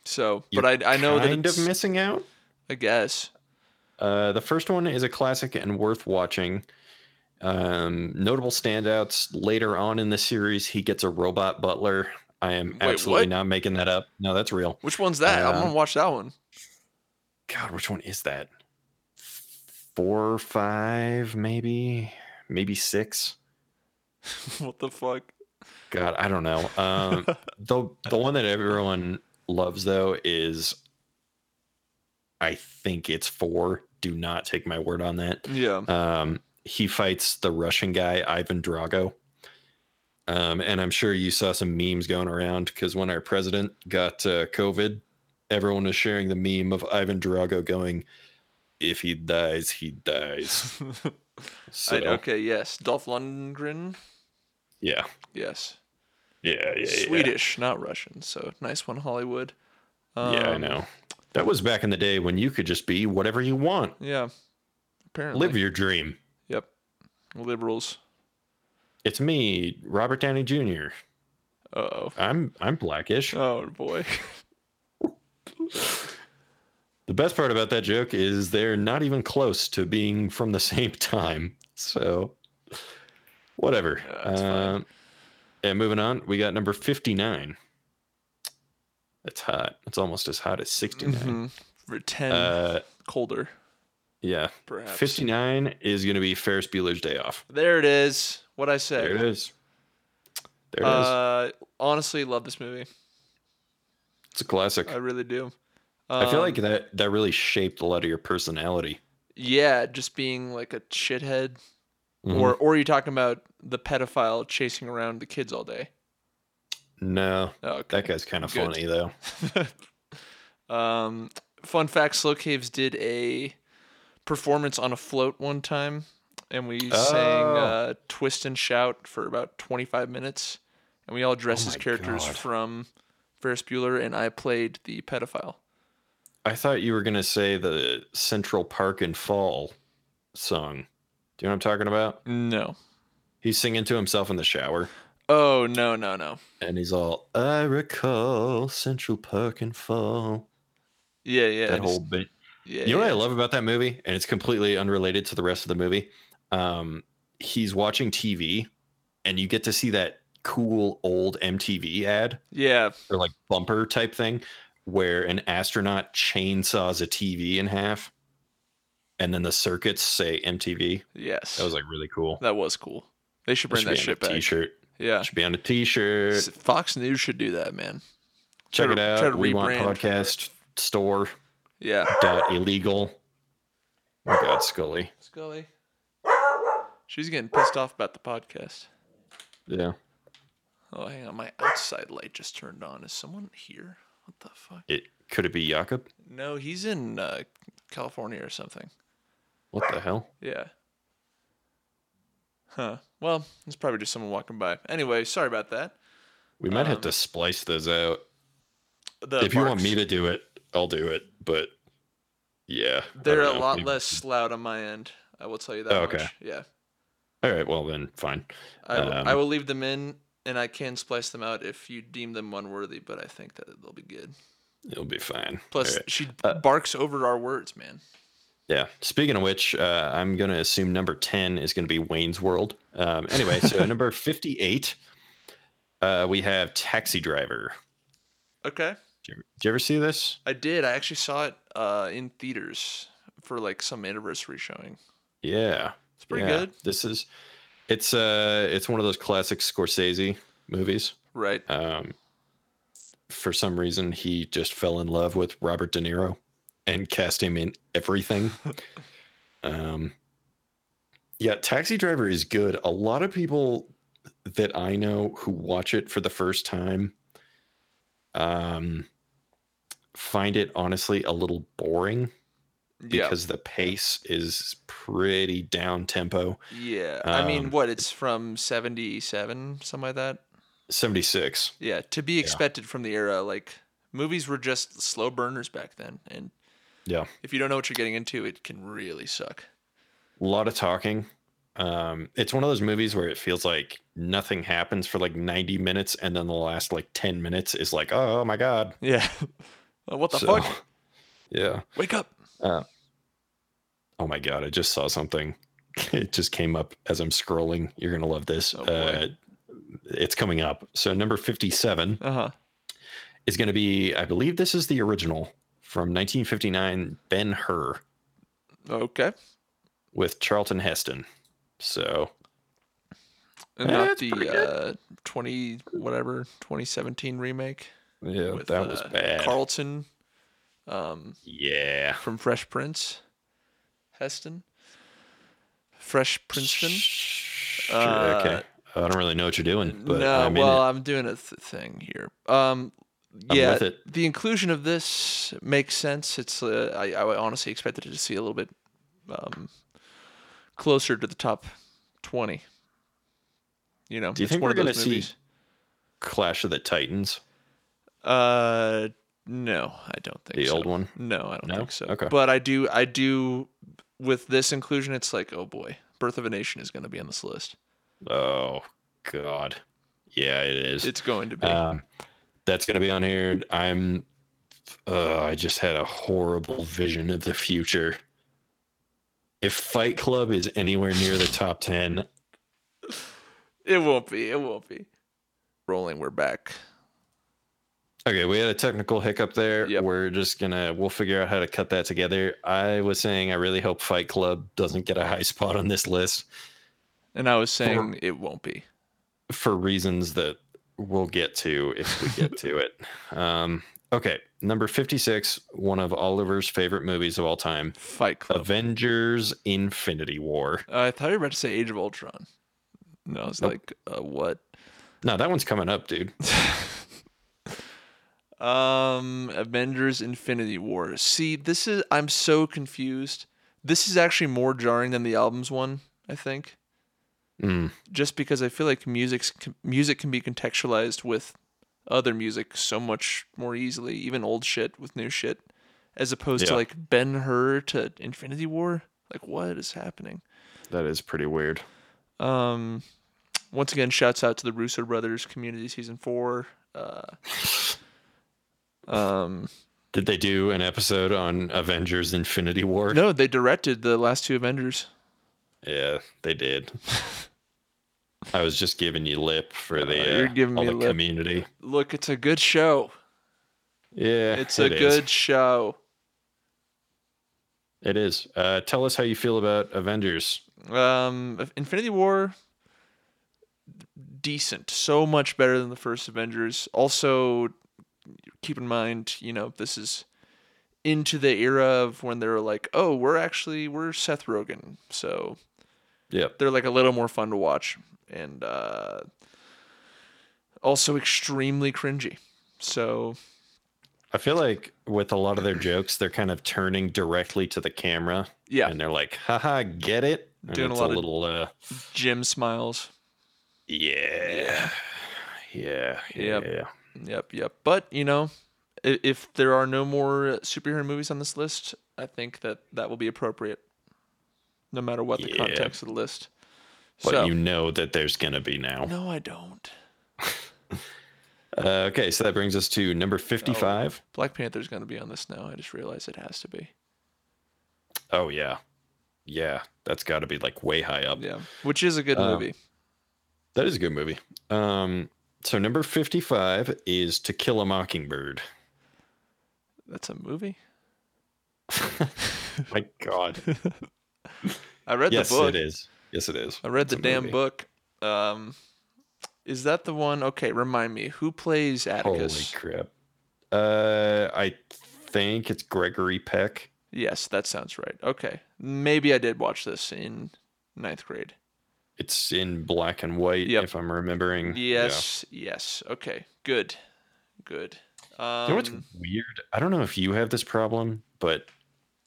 A: So,
B: You're
A: but I, I know that
B: kind
A: it's,
B: of missing out.
A: I guess.
B: Uh, the first one is a classic and worth watching. Um, notable standouts later on in the series, he gets a robot butler. I am
A: Wait,
B: absolutely
A: what?
B: not making that up. No, that's real.
A: Which one's that? I'm
B: Um,
A: going to watch that one. [laughs]
B: God, which one is that? Four, five, maybe, maybe six.
A: what the fuck?
B: God, I don't know.
A: [laughs]
B: Um, the the one that everyone loves though is, I think it's four. Do not take my word on that. [laughs]
A: Yeah.
B: Um, he fights the Russian guy Ivan Drago. Um, and I'm sure you saw some memes going around because when our president got uh, COVID, everyone was sharing the meme of Ivan Drago going, "If he dies, he dies."
A: I-
B: So
A: okay, yes. Dolph Lundgren.
B: Yeah.
A: Yes.
B: Yeah. Yeah.
A: Swedish, not Russian. So nice one, Hollywood.
B: Yeah.
A: Um,
B: yeah, I know. That was back in the day when you could just be whatever you want.
A: Yeah. Apparently.
B: Live your dream.
A: Yep. Liberals.
B: It's me, Robert Downey Jr.
A: Uh oh.
B: I'm I'm blackish.
A: Oh
B: [laughs]
A: boy.
B: The best part about that joke is they're not even close to being from the [laughs] same time. So, whatever.
A: Yeah, that's
B: uh, and moving on, we got number 59. That's hot. It's almost as hot as 69.
A: Mhm. For ten
B: Uh,
A: colder,
B: yeah.
A: perhaps.
B: 59 is going to be Ferris Bueller's Day Off.
A: There it is. What I said.
B: There it is. There it is.
A: Uh, honestly, love this movie.
B: It's a classic.
A: I really do.
B: I feel
A: Um,
B: like that that really shaped a lot of your personality.
A: yeah, just being like a shithead,
B: Mhm.
A: or or are you talking about the pedophile chasing around the kids all day?
B: no,
A: Oh, okay.
B: that guy's kind of
A: Good.
B: funny though.
A: um, fun fact: Slow Caves did a performance on a float one time, and we
B: Oh.
A: sang uh, "Twist and Shout" for about 25 minutes, and we all dressed
B: Oh
A: as
B: my
A: characters
B: God.
A: from Ferris Bueller, and I played the pedophile.
B: I thought you were gonna say the Central Park and Fall song. Do you know what I'm talking about?
A: No.
B: He's singing to himself in the shower,
A: Oh no no no.
B: and he's all, "I recall Central Park and Fall."
A: Yeah yeah.
B: that
A: just-
B: whole bit.
A: Yeah.
B: You know what I
A: yeah.
B: love about that movie, and it's completely unrelated to the rest of the movie. Um, he's watching TV, and you get to see that cool old MTV ad
A: Yeah.
B: or like bumper type thing, where an astronaut chainsaws a TV in half, and then the circuits say MTV.
A: Yes.
B: That was like really cool.
A: That was cool. They should
B: That
A: bring
B: should
A: that
B: be
A: shit
B: on a
A: back.
B: T-shirt.
A: Yeah.
B: Should be on a T-shirt.
A: S- Fox News should do that, man.
B: Check
A: try to-
B: it
A: try
B: out.
A: to
B: We want
A: rebrand.
B: podcast store
A: Yeah.
B: dot illegal. Oh my God, Scully.
A: Scully. She's getting pissed off about the podcast.
B: Yeah,
A: Oh, hang on. My outside light just turned on. Is someone here? What the fuck?
B: it could it be Jakob?
A: No, he's in uh, California or something.
B: What the hell?
A: Yeah. Huh. Well, it's probably just someone walking by. Anyway, sorry about that.
B: We might have
A: Um,
B: to splice those out.
A: The
B: If you want
A: barks-
B: me to do it, I'll do it. But Oh, yeah, I
A: they're a
B: don't know.
A: lot
B: Maybe-
A: less loud on my end. I will tell you that.
B: Oh, okay.
A: Much. Yeah.
B: All right, well then, fine.
A: I, will- I
B: Um,
A: will leave them in, and I can splice them out if you deem them unworthy. But I think that they'll be good.
B: It'll be fine.
A: Plus,
B: All right.
A: she
B: Uh,
A: barks over our words, man.
B: yeah. Speaking of which, uh, I'm gonna assume number ten is gonna be Wayne's World. Um, anyway,
A: [laughs]
B: so number fifty-eight, uh, we have Taxi Driver.
A: Okay,
B: Did you, did you ever see this?
A: I did. I actually saw it uh, in theaters for like some anniversary showing.
B: Yeah.
A: It's pretty
B: yeah.
A: good,
B: This is, it's uh, it's one of those classic Scorsese movies.
A: right?
B: um, for some reason he just fell in love with Robert De Niro and cast him in everything. um, yeah, Taxi Driver is good. A lot of people that I know who watch it for the first time um, find it honestly a little boring
A: Yeah,
B: because the pace is pretty down tempo.
A: yeah. I mean,
B: um,
A: what? It's from '77, something like that.
B: 76.
A: Yeah, to be expected from the era. Like movies were just slow burners back then, and
B: Yeah.
A: if you don't know what you're getting into, it can really suck.
B: a lot of talking. Um, it's one of those movies where it feels like nothing happens for like 90 minutes, and then the last like 10 minutes is like, oh my god,
A: Yeah. [laughs] Uh, what the
B: So-
A: fuck?
B: [laughs] Yeah.
A: Wake up.
B: Oh my god, I just saw something. [laughs] It just came up as I'm scrolling. You're gonna love this.
A: Oh, boy.
B: uh, it's coming up. So number 57
A: Uh huh.
B: is gonna be, I believe this is the original from 1959, Ben Hur
A: Okay.
B: with Charlton Heston. So
A: And
B: Eh,
A: not
B: it's pretty
A: the
B: good.
A: uh, 20 whatever 2017 remake
B: yeah,
A: with
B: that was
A: uh,
B: bad.
A: Carlton um,
B: yeah.
A: from Fresh Prince, Heston, Fresh Princeton.
B: Sure,
A: Uh,
B: okay. I don't really know what you're doing, but
A: no,
B: I'm
A: well,
B: in
A: I'm doing a th- thing here. Um,
B: it. I'm
A: yeah,
B: with it.
A: the inclusion of this makes sense. It's uh, I, I honestly expected it to see a little bit um, closer to the top 20. You know,
B: Do you
A: it's
B: think
A: one
B: we're
A: of those
B: gonna see-
A: movies.
B: Clash of the Titans,
A: Uh, no, I don't think
B: the
A: so.
B: old one.
A: No, I don't
B: No?
A: think so.
B: Okay.
A: But I do, I do. With this inclusion, it's like, oh boy, Birth of a Nation is going to be on this list.
B: Oh God, yeah, it is.
A: It's going to be.
B: Um, that's gonna be on here. I'm. Uh, I just had a horrible vision of the future. If Fight Club is anywhere near the top ten,
A: it won't be. It won't be. Rolling, we're back.
B: okay, we had a technical hiccup there.
A: Yep.
B: We're just gonna we'll figure out how to cut that together. I was saying I really hope Fight Club doesn't get a high spot on this list
A: And I was saying it won't be.
B: for reasons that we'll get to if we get to
A: [laughs]
B: it. Um, okay, number fifty-six, one of Oliver's favorite movies of all time.
A: Fight Club.
B: Avengers Infinity War.
A: I thought you were about to say Age of Ultron. No, I was
B: Nope.
A: like, uh, what?
B: No, that one's coming up, dude.
A: um, Avengers Infinity War. See, this is I'm so confused. This is actually more jarring than the albums one, I think,
B: Mm,
A: just because I feel like music's music can be contextualized with other music so much more easily, even old shit with new shit, as opposed to
B: Yeah.
A: like Ben Hur to Infinity War. Like, what is happening?
B: that is pretty weird.
A: Um, once again, shouts out to the Russo brothers, Community season four. Uh, um,
B: Did they do an episode on Avengers Infinity War?
A: no, they directed the last two Avengers.
B: Yeah,
A: [laughs]
B: they did. I was just giving you lip for the
A: Uh, you're
B: uh,
A: giving
B: all
A: me
B: the
A: lip.
B: community.
A: Look, it's a good show.
B: Yeah,
A: It's
B: [laughs] it
A: a
B: is.
A: good show.
B: It is. Uh, tell us how you feel about Avengers.
A: Um, Infinity War, decent. So much better than the first Avengers. Also, keep in mind, you know, this is into the era of when they were like, oh, we're actually we're Seth Rogen, so
B: Yep.
A: they're like a little more fun to watch and uh, also extremely cringy. So
B: I feel like with a lot of their jokes, they're kind of turning directly to the camera,
A: yeah,
B: and they're like, "Haha, get it." And
A: Doing a
B: it's
A: lot of-
B: little. Uh,
A: Jim smiles.
B: yeah. Yeah.
A: Yep.
B: Yeah.
A: Yep, yep. But you know, i- if there are no more uh, superhero movies on this list, I think that that will be appropriate, no matter what the
B: Yeah.
A: context of the list.
B: But
A: so
B: you know that there's gonna be now.
A: no, I don't.
B: Uh, okay, so that brings us to number 55.
A: Black Panther's going to be on this now. I just realized it has to be.
B: Oh, yeah. Yeah, that's got to be like way high up.
A: Yeah, which is a good
B: Um,
A: movie.
B: That is a good movie. Um, so number 55 is To Kill a Mockingbird.
A: That's a movie.
B: My
A: [laughs]
B: god.
A: I read
B: yes,
A: the book.
B: it is. Yes, it is.
A: I read
B: It's
A: the
B: a
A: damn
B: movie.
A: book. Um, is that the one? Okay, remind me. Who plays
B: Holy
A: Atticus?
B: crap. Uh, I think it's Gregory Peck.
A: Yes, that sounds right. Okay, maybe I did watch this in ninth grade.
B: It's in black and white,
A: Yep.
B: if I'm remembering. Yeah.
A: Yes, yes. Okay, good, good. Um,
B: You know what's weird? I don't know if you have this problem, but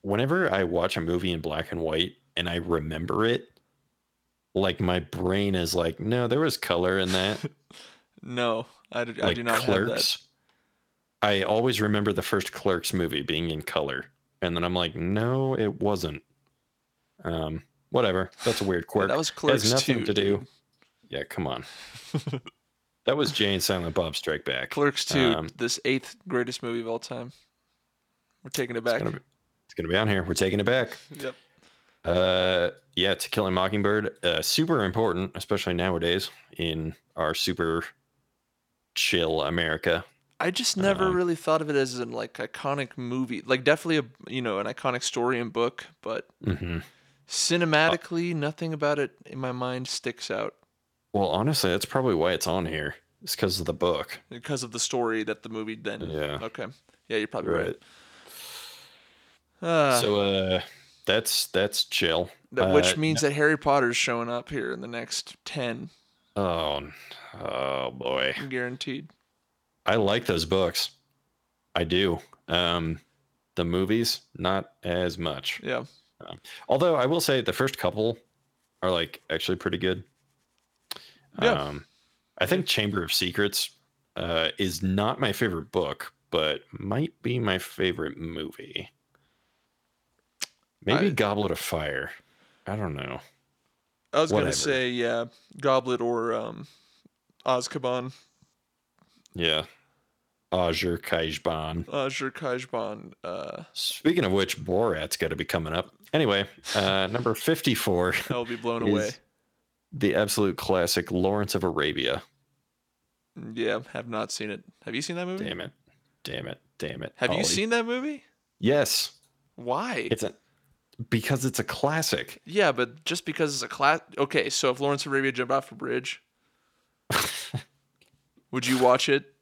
B: whenever I watch a movie in black and white and I remember it, like my brain is like, no, there was color in that.
A: no, I do, [laughs] I
B: like
A: do not
B: Clerks. I always remember the first Clerks movie being in color, and then I'm like, no, it wasn't. Um, whatever. That's a weird
A: have that. Yeah,
B: quirk.
A: that was
B: It
A: Clerks
B: has nothing
A: two.
B: to do.
A: dude.
B: Yeah,
A: [laughs]
B: come on. that was Jane Silent Bob Strike Back.
A: Clerks two,
B: Um,
A: this eighth greatest movie of all time. We're taking it
B: It's
A: back.
B: gonna be, it's gonna be on here. We're taking it back.
A: Yep.
B: Uh, yeah, To Kill a Mockingbird, uh, super important, especially nowadays in our super chill America.
A: I just never
B: Um,
A: really thought of it as an like iconic movie, like definitely a you know an iconic story and book, but
B: Mm-hmm.
A: cinematically, nothing about it in my mind sticks out
B: Well, honestly, that's probably why it's on here. It's because of the book.
A: because of the story that the movie then.
B: Yeah.
A: Okay. Yeah, you're probably right. Uh,
B: so, uh, that's that's chill.
A: that, which
B: uh,
A: means that Harry Potter's showing up here in the next ten,
B: Oh, n- oh boy,
A: guaranteed.
B: I like those books. I do. Um, the movies, not as much.
A: Yeah.
B: Although I will say the first couple are like actually pretty good.
A: Yeah.
B: Um, I think Chamber of Secrets uh, is not my favorite book, but might be my favorite movie. Maybe
A: I-
B: Goblet of Fire. I don't know.
A: I was
B: Whatever.
A: gonna say yeah, Goblet or um, Azkaban,
B: Yeah. Azure Kaijban.
A: Azure Kajban. Uh,
B: Speaking of which, Borat's got to be coming up. Anyway, uh, number 54,
A: I'll be blown
B: [laughs] Is-
A: away.
B: the absolute classic Lawrence of Arabia.
A: Yeah, have not seen it. Have you seen that movie?
B: Damn it. Damn it. Damn it.
A: Hmm. Have you
B: Ollie.
A: seen that movie?
B: Yes.
A: Why?
B: It's a because it's a classic.
A: yeah, but just because it's a class. Okay, so if Lawrence of Arabia jumped off a
B: [laughs]
A: bridge, would you watch it?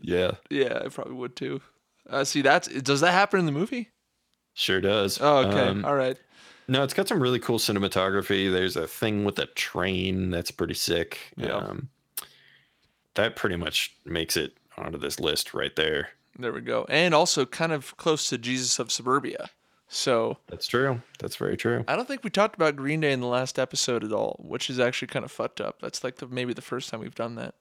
B: Yeah.
A: Yeah, I probably would too. Uh, see, that's does that happen in the movie?
B: Sure does.
A: Oh, okay,
B: Um,
A: all right.
B: No, it's got some really cool cinematography. There's a thing with a train that's pretty sick.
A: Yeah.
B: Um, that pretty much makes it onto this list right there.
A: There we go. And also, kind of close to Jesus of Suburbia. So
B: That's true. That's very true.
A: I don't think we talked about Green Day in the last episode at all, which is actually kind of fucked up. That's like the maybe the first time we've done that.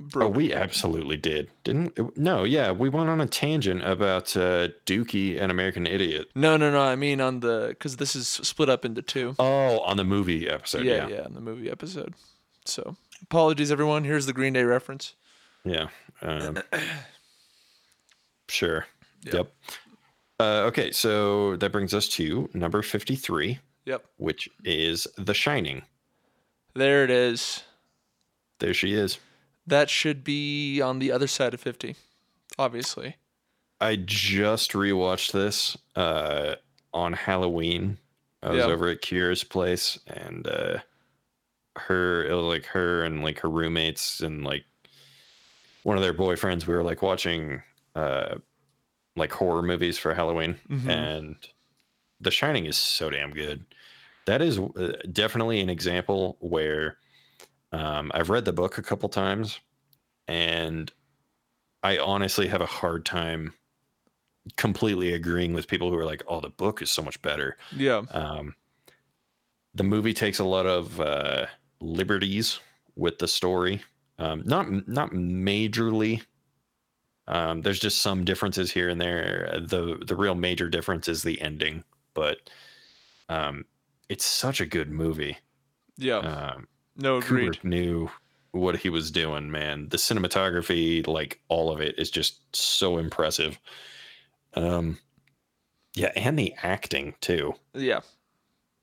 A: Bro,
B: Oh, we absolutely did, didn't? we? No, yeah, we went on a tangent about uh, Dookie and American Idiot.
A: no, no, no. I mean on the because this is split up into two.
B: Oh, on the movie episode.
A: yeah,
B: Yeah,
A: yeah, in the movie episode. So apologies, everyone. Here's the Green Day reference.
B: yeah.
A: [clears throat]
B: Um, sure.
A: Yep.
B: Yep. Uh, okay, so that brings us to number fifty-three,
A: Yep,
B: which is The Shining.
A: there it is.
B: There she is.
A: That should be on the other side of fifty, obviously.
B: I just rewatched this uh, on Halloween. I was
A: Yeah.
B: over at Kira's place, and uh, her, it was like her and like her roommates and like one of their boyfriends. We were like watching uh, like horror movies for Halloween,
A: Mhm.
B: and The Shining is so damn good. That is uh, definitely an example where um, I've read the book a couple times, and I honestly have a hard time completely agreeing with people who are like, "Oh, the book is so much better."
A: Yeah.
B: Um, the movie takes a lot of uh, liberties with the story, um, not not majorly. Um, there's just some differences here and there. Uh, the The real major difference is the ending, but um, it's such a good movie.
A: Yeah.
B: Um,
A: no, Oh, agreed.
B: Kubrick knew what he was doing, man. The cinematography, like all of it, is just so impressive. Um, yeah, and the acting too.
A: Yeah.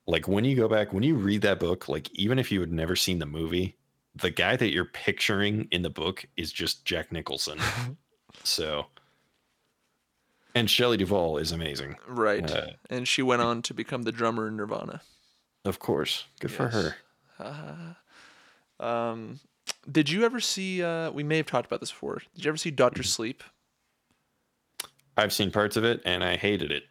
B: Like when you go back, when you read that book, like even if you had never seen the movie, the guy that you're picturing in the book is just
A: [laughs]
B: Jack Nicholson. so, and Shelley Duvall is amazing,
A: Right.
B: Uh,
A: and she went on to become the drummer in Nirvana. [laughs]
B: of course. Good for
A: Yes.
B: her.
A: Uh, um, did you ever see? Uh, we may have talked about this before. Did you ever see Doctor
B: Mm-hmm.
A: Sleep?
B: I've seen parts of it and I hated
A: [laughs]
B: it.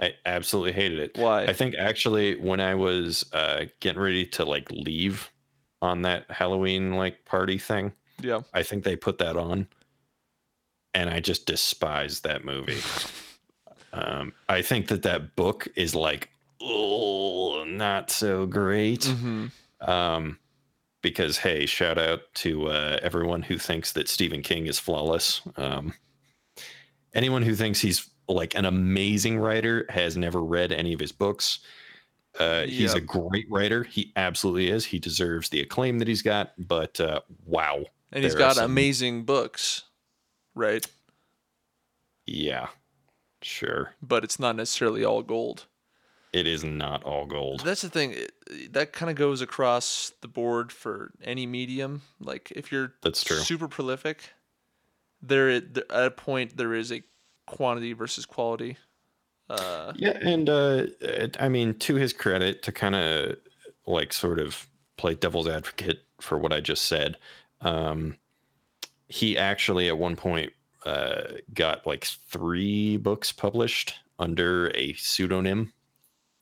B: I absolutely hated it.
A: Why?
B: I think actually when I was uh, getting ready to like leave on that Halloween like party thing,
A: yeah.
B: I think they put that on, and I just despise that movie. um, I think that that book is like oh, not so great.
A: Mm-hmm.
B: Um, because hey, shout out to uh, everyone who thinks that Stephen King is flawless. Um, anyone who thinks he's like an amazing writer has never read any of his books. Uh, He's
A: Yeah.
B: a great writer. He absolutely is. He deserves the acclaim that he's got. But uh, wow,
A: And he's
B: There are
A: got
B: some-
A: amazing books, right?
B: yeah, sure,
A: But it's not necessarily all gold.
B: it is not all gold.
A: That's the thing. it- That kind of goes across the board for any medium. Like if you're
B: That's true.
A: super prolific, there at th- at a point there is a quantity versus quality. Uh,
B: Yeah, and uh, it- I mean, to his credit, to kind of like sort of play devil's advocate for what I just said, um, he actually at one point uh, got like three books published under a pseudonym.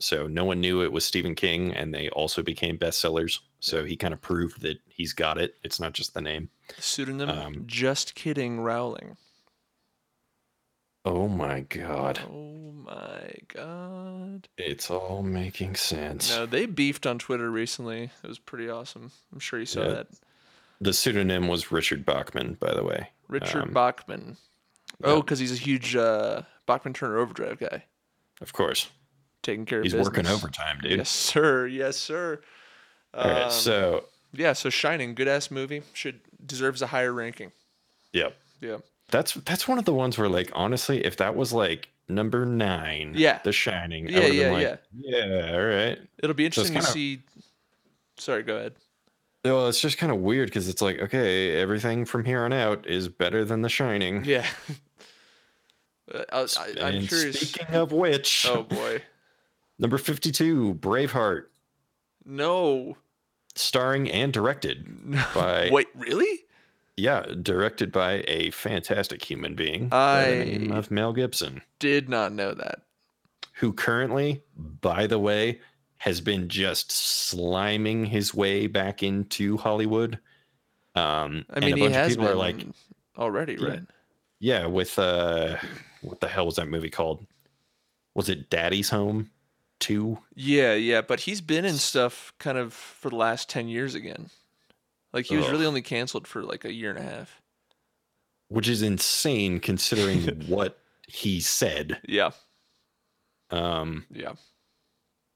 B: So no one knew it was Stephen King, and they also became bestsellers. So he kind of proved that he's got it. It's not just the name.
A: pseudonym.
B: Um,
A: just kidding, Rowling.
B: Oh my god.
A: Oh my god.
B: It's all making sense.
A: No, they beefed on Twitter recently. It was pretty awesome. I'm sure you saw
B: Yeah.
A: that.
B: The pseudonym was Richard Bachman, by the way.
A: Richard
B: Um,
A: Bachman. Oh,
B: yeah.
A: because he's a huge uh, Bachman Turner Overdrive guy,
B: Of course.
A: taking care of
B: He's
A: business.
B: working overtime, dude.
A: Yes, sir. Yes, sir.
B: All right.
A: Um,
B: so,
A: yeah, so Shining, good ass movie, should deserves a higher ranking.
B: yeah.
A: Yeah,
B: That's that's one of the ones where like honestly, if that was like number 9,
A: Yeah.
B: The Shining,
A: Yeah,
B: I would
A: yeah,
B: have been like, yeah. all right.
A: it'll be
B: So it's
A: interesting to
B: kinda-
A: see. Sorry, go
B: [laughs]
A: ahead.
B: Well, it's just kind of weird cuz it's like, okay, everything from here on out is better than The Shining.
A: Yeah, [laughs] Uh, I, was- I, I'm
B: And
A: curious.
B: Speaking of which,
A: Oh boy,
B: number 52, Braveheart,
A: no.
B: starring and directed by
A: Wait, really?
B: yeah, directed by a fantastic human being by the name
A: I-
B: of Mel Gibson,
A: Did not know that.
B: who currently, by the way, has been just sliming his way back into Hollywood. Um,
A: I mean,
B: and a
A: he
B: bunch
A: has
B: of people
A: been
B: are like,
A: already,
B: Yeah.
A: right?
B: yeah, with uh, what the hell was that movie called? Was it Daddy's Home Two?
A: Yeah, yeah, but he's been in stuff kind of for the last ten years again. Like he was
B: Ugh.
A: really only canceled for like a year and a half.
B: Which is insane
A: [laughs]
B: considering what he said.
A: Yeah,
B: Um,
A: yeah.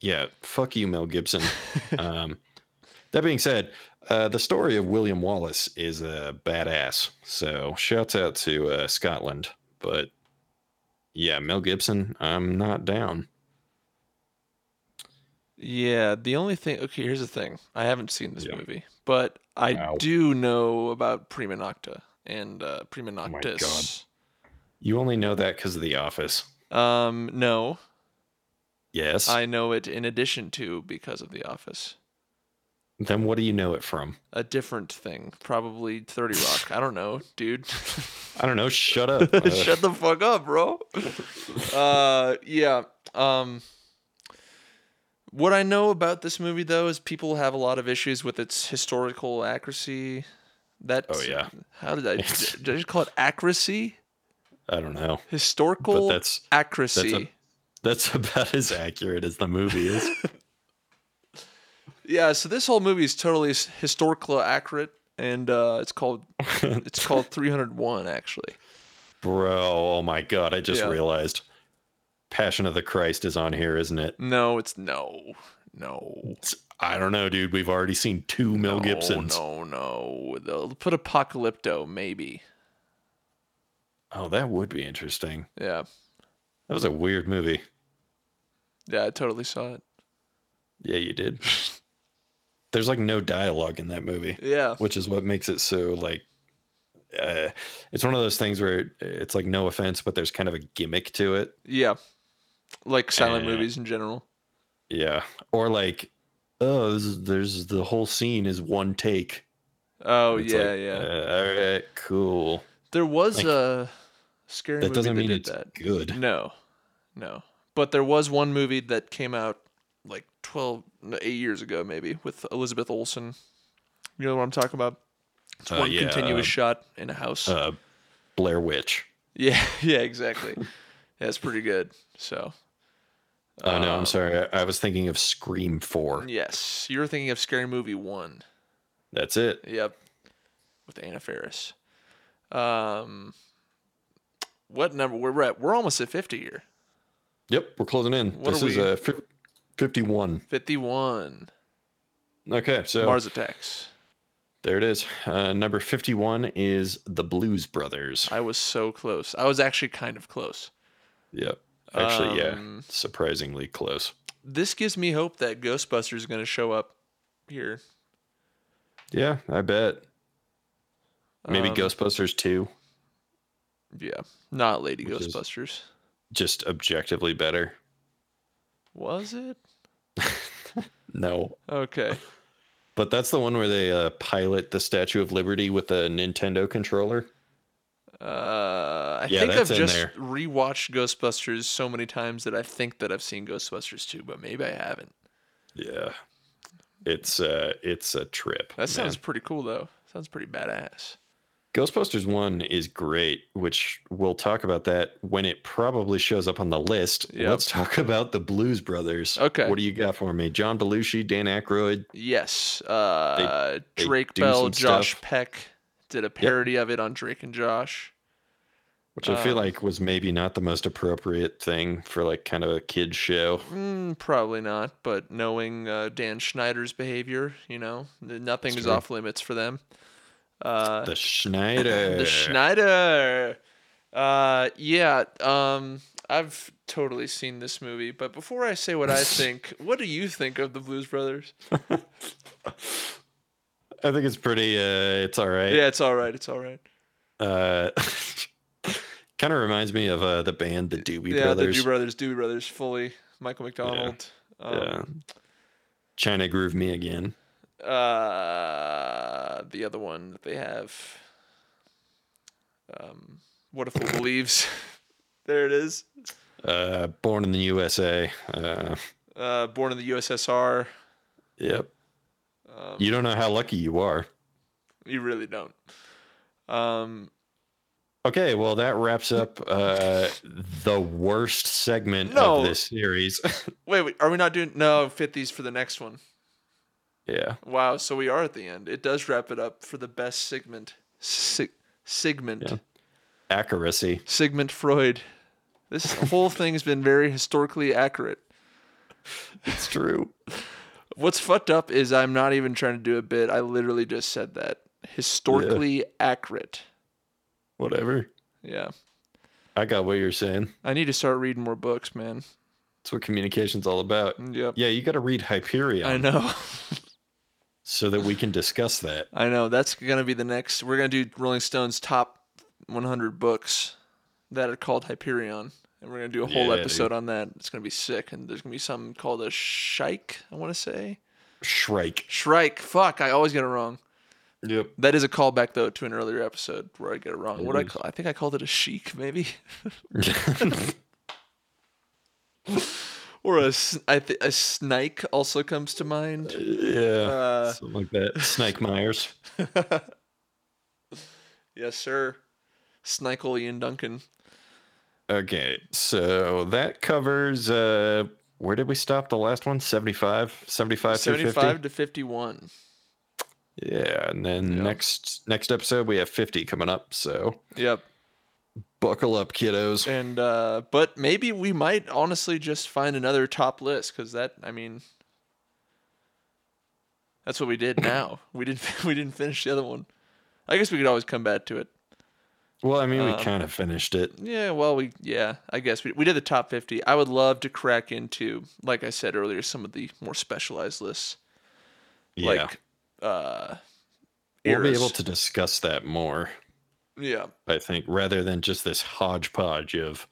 B: yeah, fuck you,
A: [laughs]
B: Mel Gibson. um, that being said, uh, the story of William Wallace is a badass. So shouts out to uh, Scotland. But yeah, Mel Gibson, I'm not down.
A: Yeah, the only thing. Okay, here's the thing. I haven't seen this
B: Yeah.
A: movie, but I
B: Wow.
A: do know about Prima Nocta and uh, Prima
B: Oh my God.
A: Noctis.
B: You only know that because of The Office.
A: Um, no,
B: Yes.
A: I know it in addition to because of The Office.
B: then what do you know it from?
A: A different thing, probably Thirty Rock. I don't know,
B: [laughs]
A: dude. [laughs]
B: I don't know. Shut up. Uh,
A: Shut the fuck up, bro. uh, yeah. Um, what I know about this movie though is people have a lot of issues with its historical accuracy. That
B: Oh, yeah.
A: How
B: [laughs]
A: did I
B: It's-
A: did I just call it accuracy?
B: I don't know.
A: Historical
B: that's-
A: accuracy.
B: That's [laughs] about as accurate as the
A: [laughs]
B: movie is.
A: Yeah. So this whole movie is totally s- historical accurate, and uh, it's
B: [laughs]
A: called it's called 301 actually.
B: Bro, oh my God. I just
A: Yeah.
B: realized Passion of the Christ is on here, isn't it?
A: No, it's no, no.
B: I don't know, dude. We've already seen two Mel
A: no,
B: Gibsons.
A: No, no. They'll put Apocalypto, maybe.
B: Oh, that would be interesting.
A: Yeah.
B: That was a weird movie.
A: Yeah, I totally saw it.
B: Yeah, you did. [laughs] There's like no dialogue in that movie,
A: Yeah.
B: which is what makes it so like. Uh, it's one of those things where it- it's like no offense, but there's kind of a gimmick to it.
A: Yeah. Like silent
B: Uh,
A: movies in general.
B: Yeah, or like, oh, this is, there's the whole scene is one take.
A: Oh
B: It's
A: yeah,
B: like,
A: yeah.
B: uh, all right, cool.
A: There was
B: like,
A: a scary
B: That
A: movie
B: doesn't
A: that
B: mean
A: did
B: it's
A: that.
B: good.
A: No. No. But there was one movie that came out like 12 no, 8 years ago maybe with Elizabeth Olsen. You know what I'm talking about? It's
B: Uh,
A: one
B: yeah,
A: continuous
B: uh,
A: shot in a house.
B: Uh, Blair Witch.
A: [laughs] yeah, yeah, exactly. That's pretty good. So
B: Oh no,
A: um,
B: I'm sorry. I, I was thinking of Scream Four.
A: Yes, you're thinking of Scary Movie One.
B: That's it.
A: Yep, with Anna Faris. Um, what number we're at? We're almost at fifty here.
B: Yep, we're closing in.
A: What
B: this
A: are
B: is
A: we?
B: uh, fif- 51.
A: Fifty-one.
B: Okay, so
A: Mars Attacks.
B: there it is. Uh, number 51 is the Blues Brothers.
A: I was so close. I was actually kind of close.
B: Yep. Actually, yeah,
A: Um,
B: surprisingly close.
A: This gives me hope that Ghostbusters is going to show up here.
B: Yeah, I bet. Maybe
A: Um,
B: Ghostbusters 2,
A: Yeah, not Lady
B: Which is-
A: Ghostbusters.
B: just objectively better.
A: Was it?
B: No, [laughs]
A: Okay.
B: but that's the one where they uh, pilot the Statue of Liberty with a Nintendo controller.
A: Uh, I
B: Yeah,
A: think I've
B: that's in
A: just
B: there.
A: rewatched Ghostbusters so many times that I think that I've seen Ghostbusters 2, but maybe I haven't.
B: Yeah. It's uh it's a trip.
A: That sounds
B: man.
A: pretty cool though. Sounds pretty badass.
B: Ghostbusters 1 is great, which we'll talk about that when it probably shows up on the list.
A: Yep.
B: Let's talk about the Blues Brothers.
A: Okay.
B: What do you got for me? John Belushi, Dan Aykroyd.
A: Yes. Uh,
B: they
A: Drake
B: do
A: Bell,
B: some
A: Josh
B: stuff.
A: Peck did a parody of it on Drake and Josh.
B: Which I feel
A: Um,
B: like was maybe not the most appropriate thing for like kind of a kid show.
A: Mm, probably not, but knowing uh, Dan Schneider's behavior, you know, n- nothing
B: That's
A: is
B: true.
A: off limits for them. Uh, [laughs]
B: The Schneider.
A: the Schneider. Uh, yeah. Um, I've totally seen this movie, but before I say
B: [laughs]
A: what I think, what do you think of the Blues Brothers?
B: I think it's pretty. Uh, it's all right.
A: Yeah, it's all right. It's all right.
B: Uh, [laughs] kind of reminds me of uh, the band, the Doobie
A: yeah,
B: Brothers.
A: the Doobie Brothers, Doobie Brothers, fully Michael McDonald. um,
B: yeah. China Groove Me Again.
A: Uh, the other one that they have. Um, what if it believes? [laughs] there it is.
B: Uh, Born in the USA. Uh,
A: Uh, born in the USSR.
B: yep.
A: Um,
B: You don't know how lucky you are.
A: you really don't. Um,
B: Okay, well
A: [laughs]
B: that wraps up uh, the worst segment
A: No.
B: of this series. [laughs]
A: wait, wait, are we not doing no 50s for the next one?
B: yeah,
A: Wow, so we are at the end. It does wrap it up for the best segment. Sig- Sigmund.
B: Yeah. accuracy.
A: Sigmund Freud. This whole thing's been very historically accurate.
B: It's true.
A: What's fucked up is I'm not even trying to do a bit. I literally just said that. Historically accurate.
B: Whatever.
A: Yeah.
B: I got what you're saying.
A: I need to start reading more books, man.
B: That's what communication's all about.
A: Yep.
B: Yeah, you got to read Hyperion
A: I know. [laughs]
B: so that we can discuss that.
A: I know. That's going to be the next. We're going to do Rolling Stone's top 100 books that are called Hyperion. And we're going to do a whole
B: Yeah, dude.
A: episode on that. It's going to be sick. And there's going to be something called a Shike, I want to say.
B: Shrike.
A: Shrike. Fuck. I always get it wrong.
B: Yep.
A: That is a callback though to an earlier episode where I get it wrong.
B: It
A: What I
B: is.
A: call, I think I called it a chic maybe, [laughs] or a s- I thi- a snake also comes to mind.
B: [laughs] yeah.
A: Uh,
B: Something like that. Snake Myers.
A: yes, sir. Snikel Ian Duncan.
B: Okay, so that covers uh where did we stop the last one? 75, 75 through 50.
A: Seventy-five to fifty-one.
B: Yeah, and then
A: Yeah.
B: next next episode we have 50 coming up, so
A: Yep.
B: buckle up kiddos.
A: And uh, but maybe we might honestly just find another top list because that I mean, that's what we did. Now we didn't [laughs] we didn't finish the other one. I guess we could always come back to it.
B: Well, I mean we
A: Um,
B: kind of finished it.
A: Yeah, well, we yeah, I guess we we did the top fifty. I would love to crack into, like I said earlier, some of the more specialized lists,
B: Yeah.
A: like uh,
B: we'll be
A: eras.
B: able to discuss that more,
A: Yeah,
B: I think, rather than just this hodgepodge of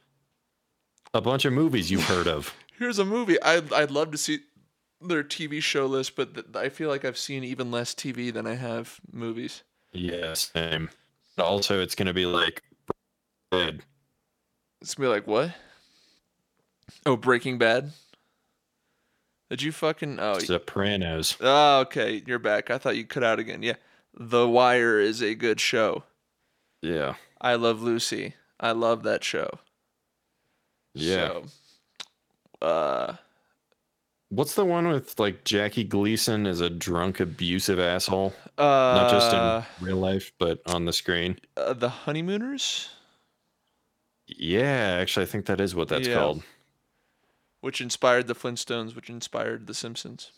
B: a bunch of movies you've
A: [laughs]
B: heard of.
A: here's a movie. I I'd love to see their TV show list, but th- I feel like I've seen even less TV than I have movies.
B: yeah, same. Also, it's gonna be like Bread.
A: It's gonna be like what? Oh, Breaking Bad. Did you fucking oh
B: Sopranos.
A: oh okay you're back. I thought you cut out again. Yeah, The Wire is a good show.
B: Yeah.
A: I Love Lucy. I love that show.
B: Yeah.
A: So, uh,
B: What's the one with like Jackie Gleason is a drunk, abusive asshole?
A: uh,
B: Not just in real life, but on the screen.
A: uh, the Honeymooners,
B: Yeah, actually, I think that is what that's
A: Yeah.
B: called.
A: which inspired the Flintstones, which inspired the Simpsons.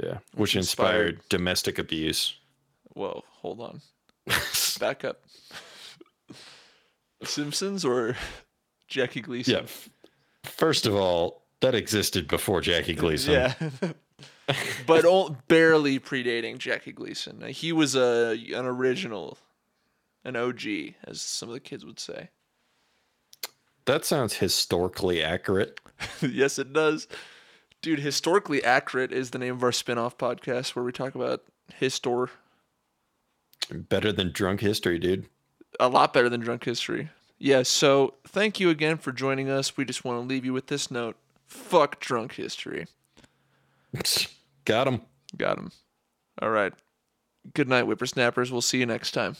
B: Yeah, which
A: inspired-
B: inspired, domestic abuse. [laughs]
A: Whoa, hold on, back up. [laughs] Simpsons or Jackie Gleason?
B: yeah. f- First of all, that existed before Jackie Gleason.
A: Yeah. [laughs] but all, barely predating Jackie Gleason. Uh, He was a an original, an OG, as some of the kids would say. [laughs]
B: That sounds historically accurate.
A: yes, it does. Dude, Historically Accurate is the name of our spin-off podcast where we talk about histor
B: Better than drunk history, dude. [laughs]
A: a lot better than drunk history. Yeah, so thank you again for joining us. We just want to leave you with this note. Fuck drunk history.
B: Got him.
A: Got him. All right. Good night, whippersnappers. We'll see you next time.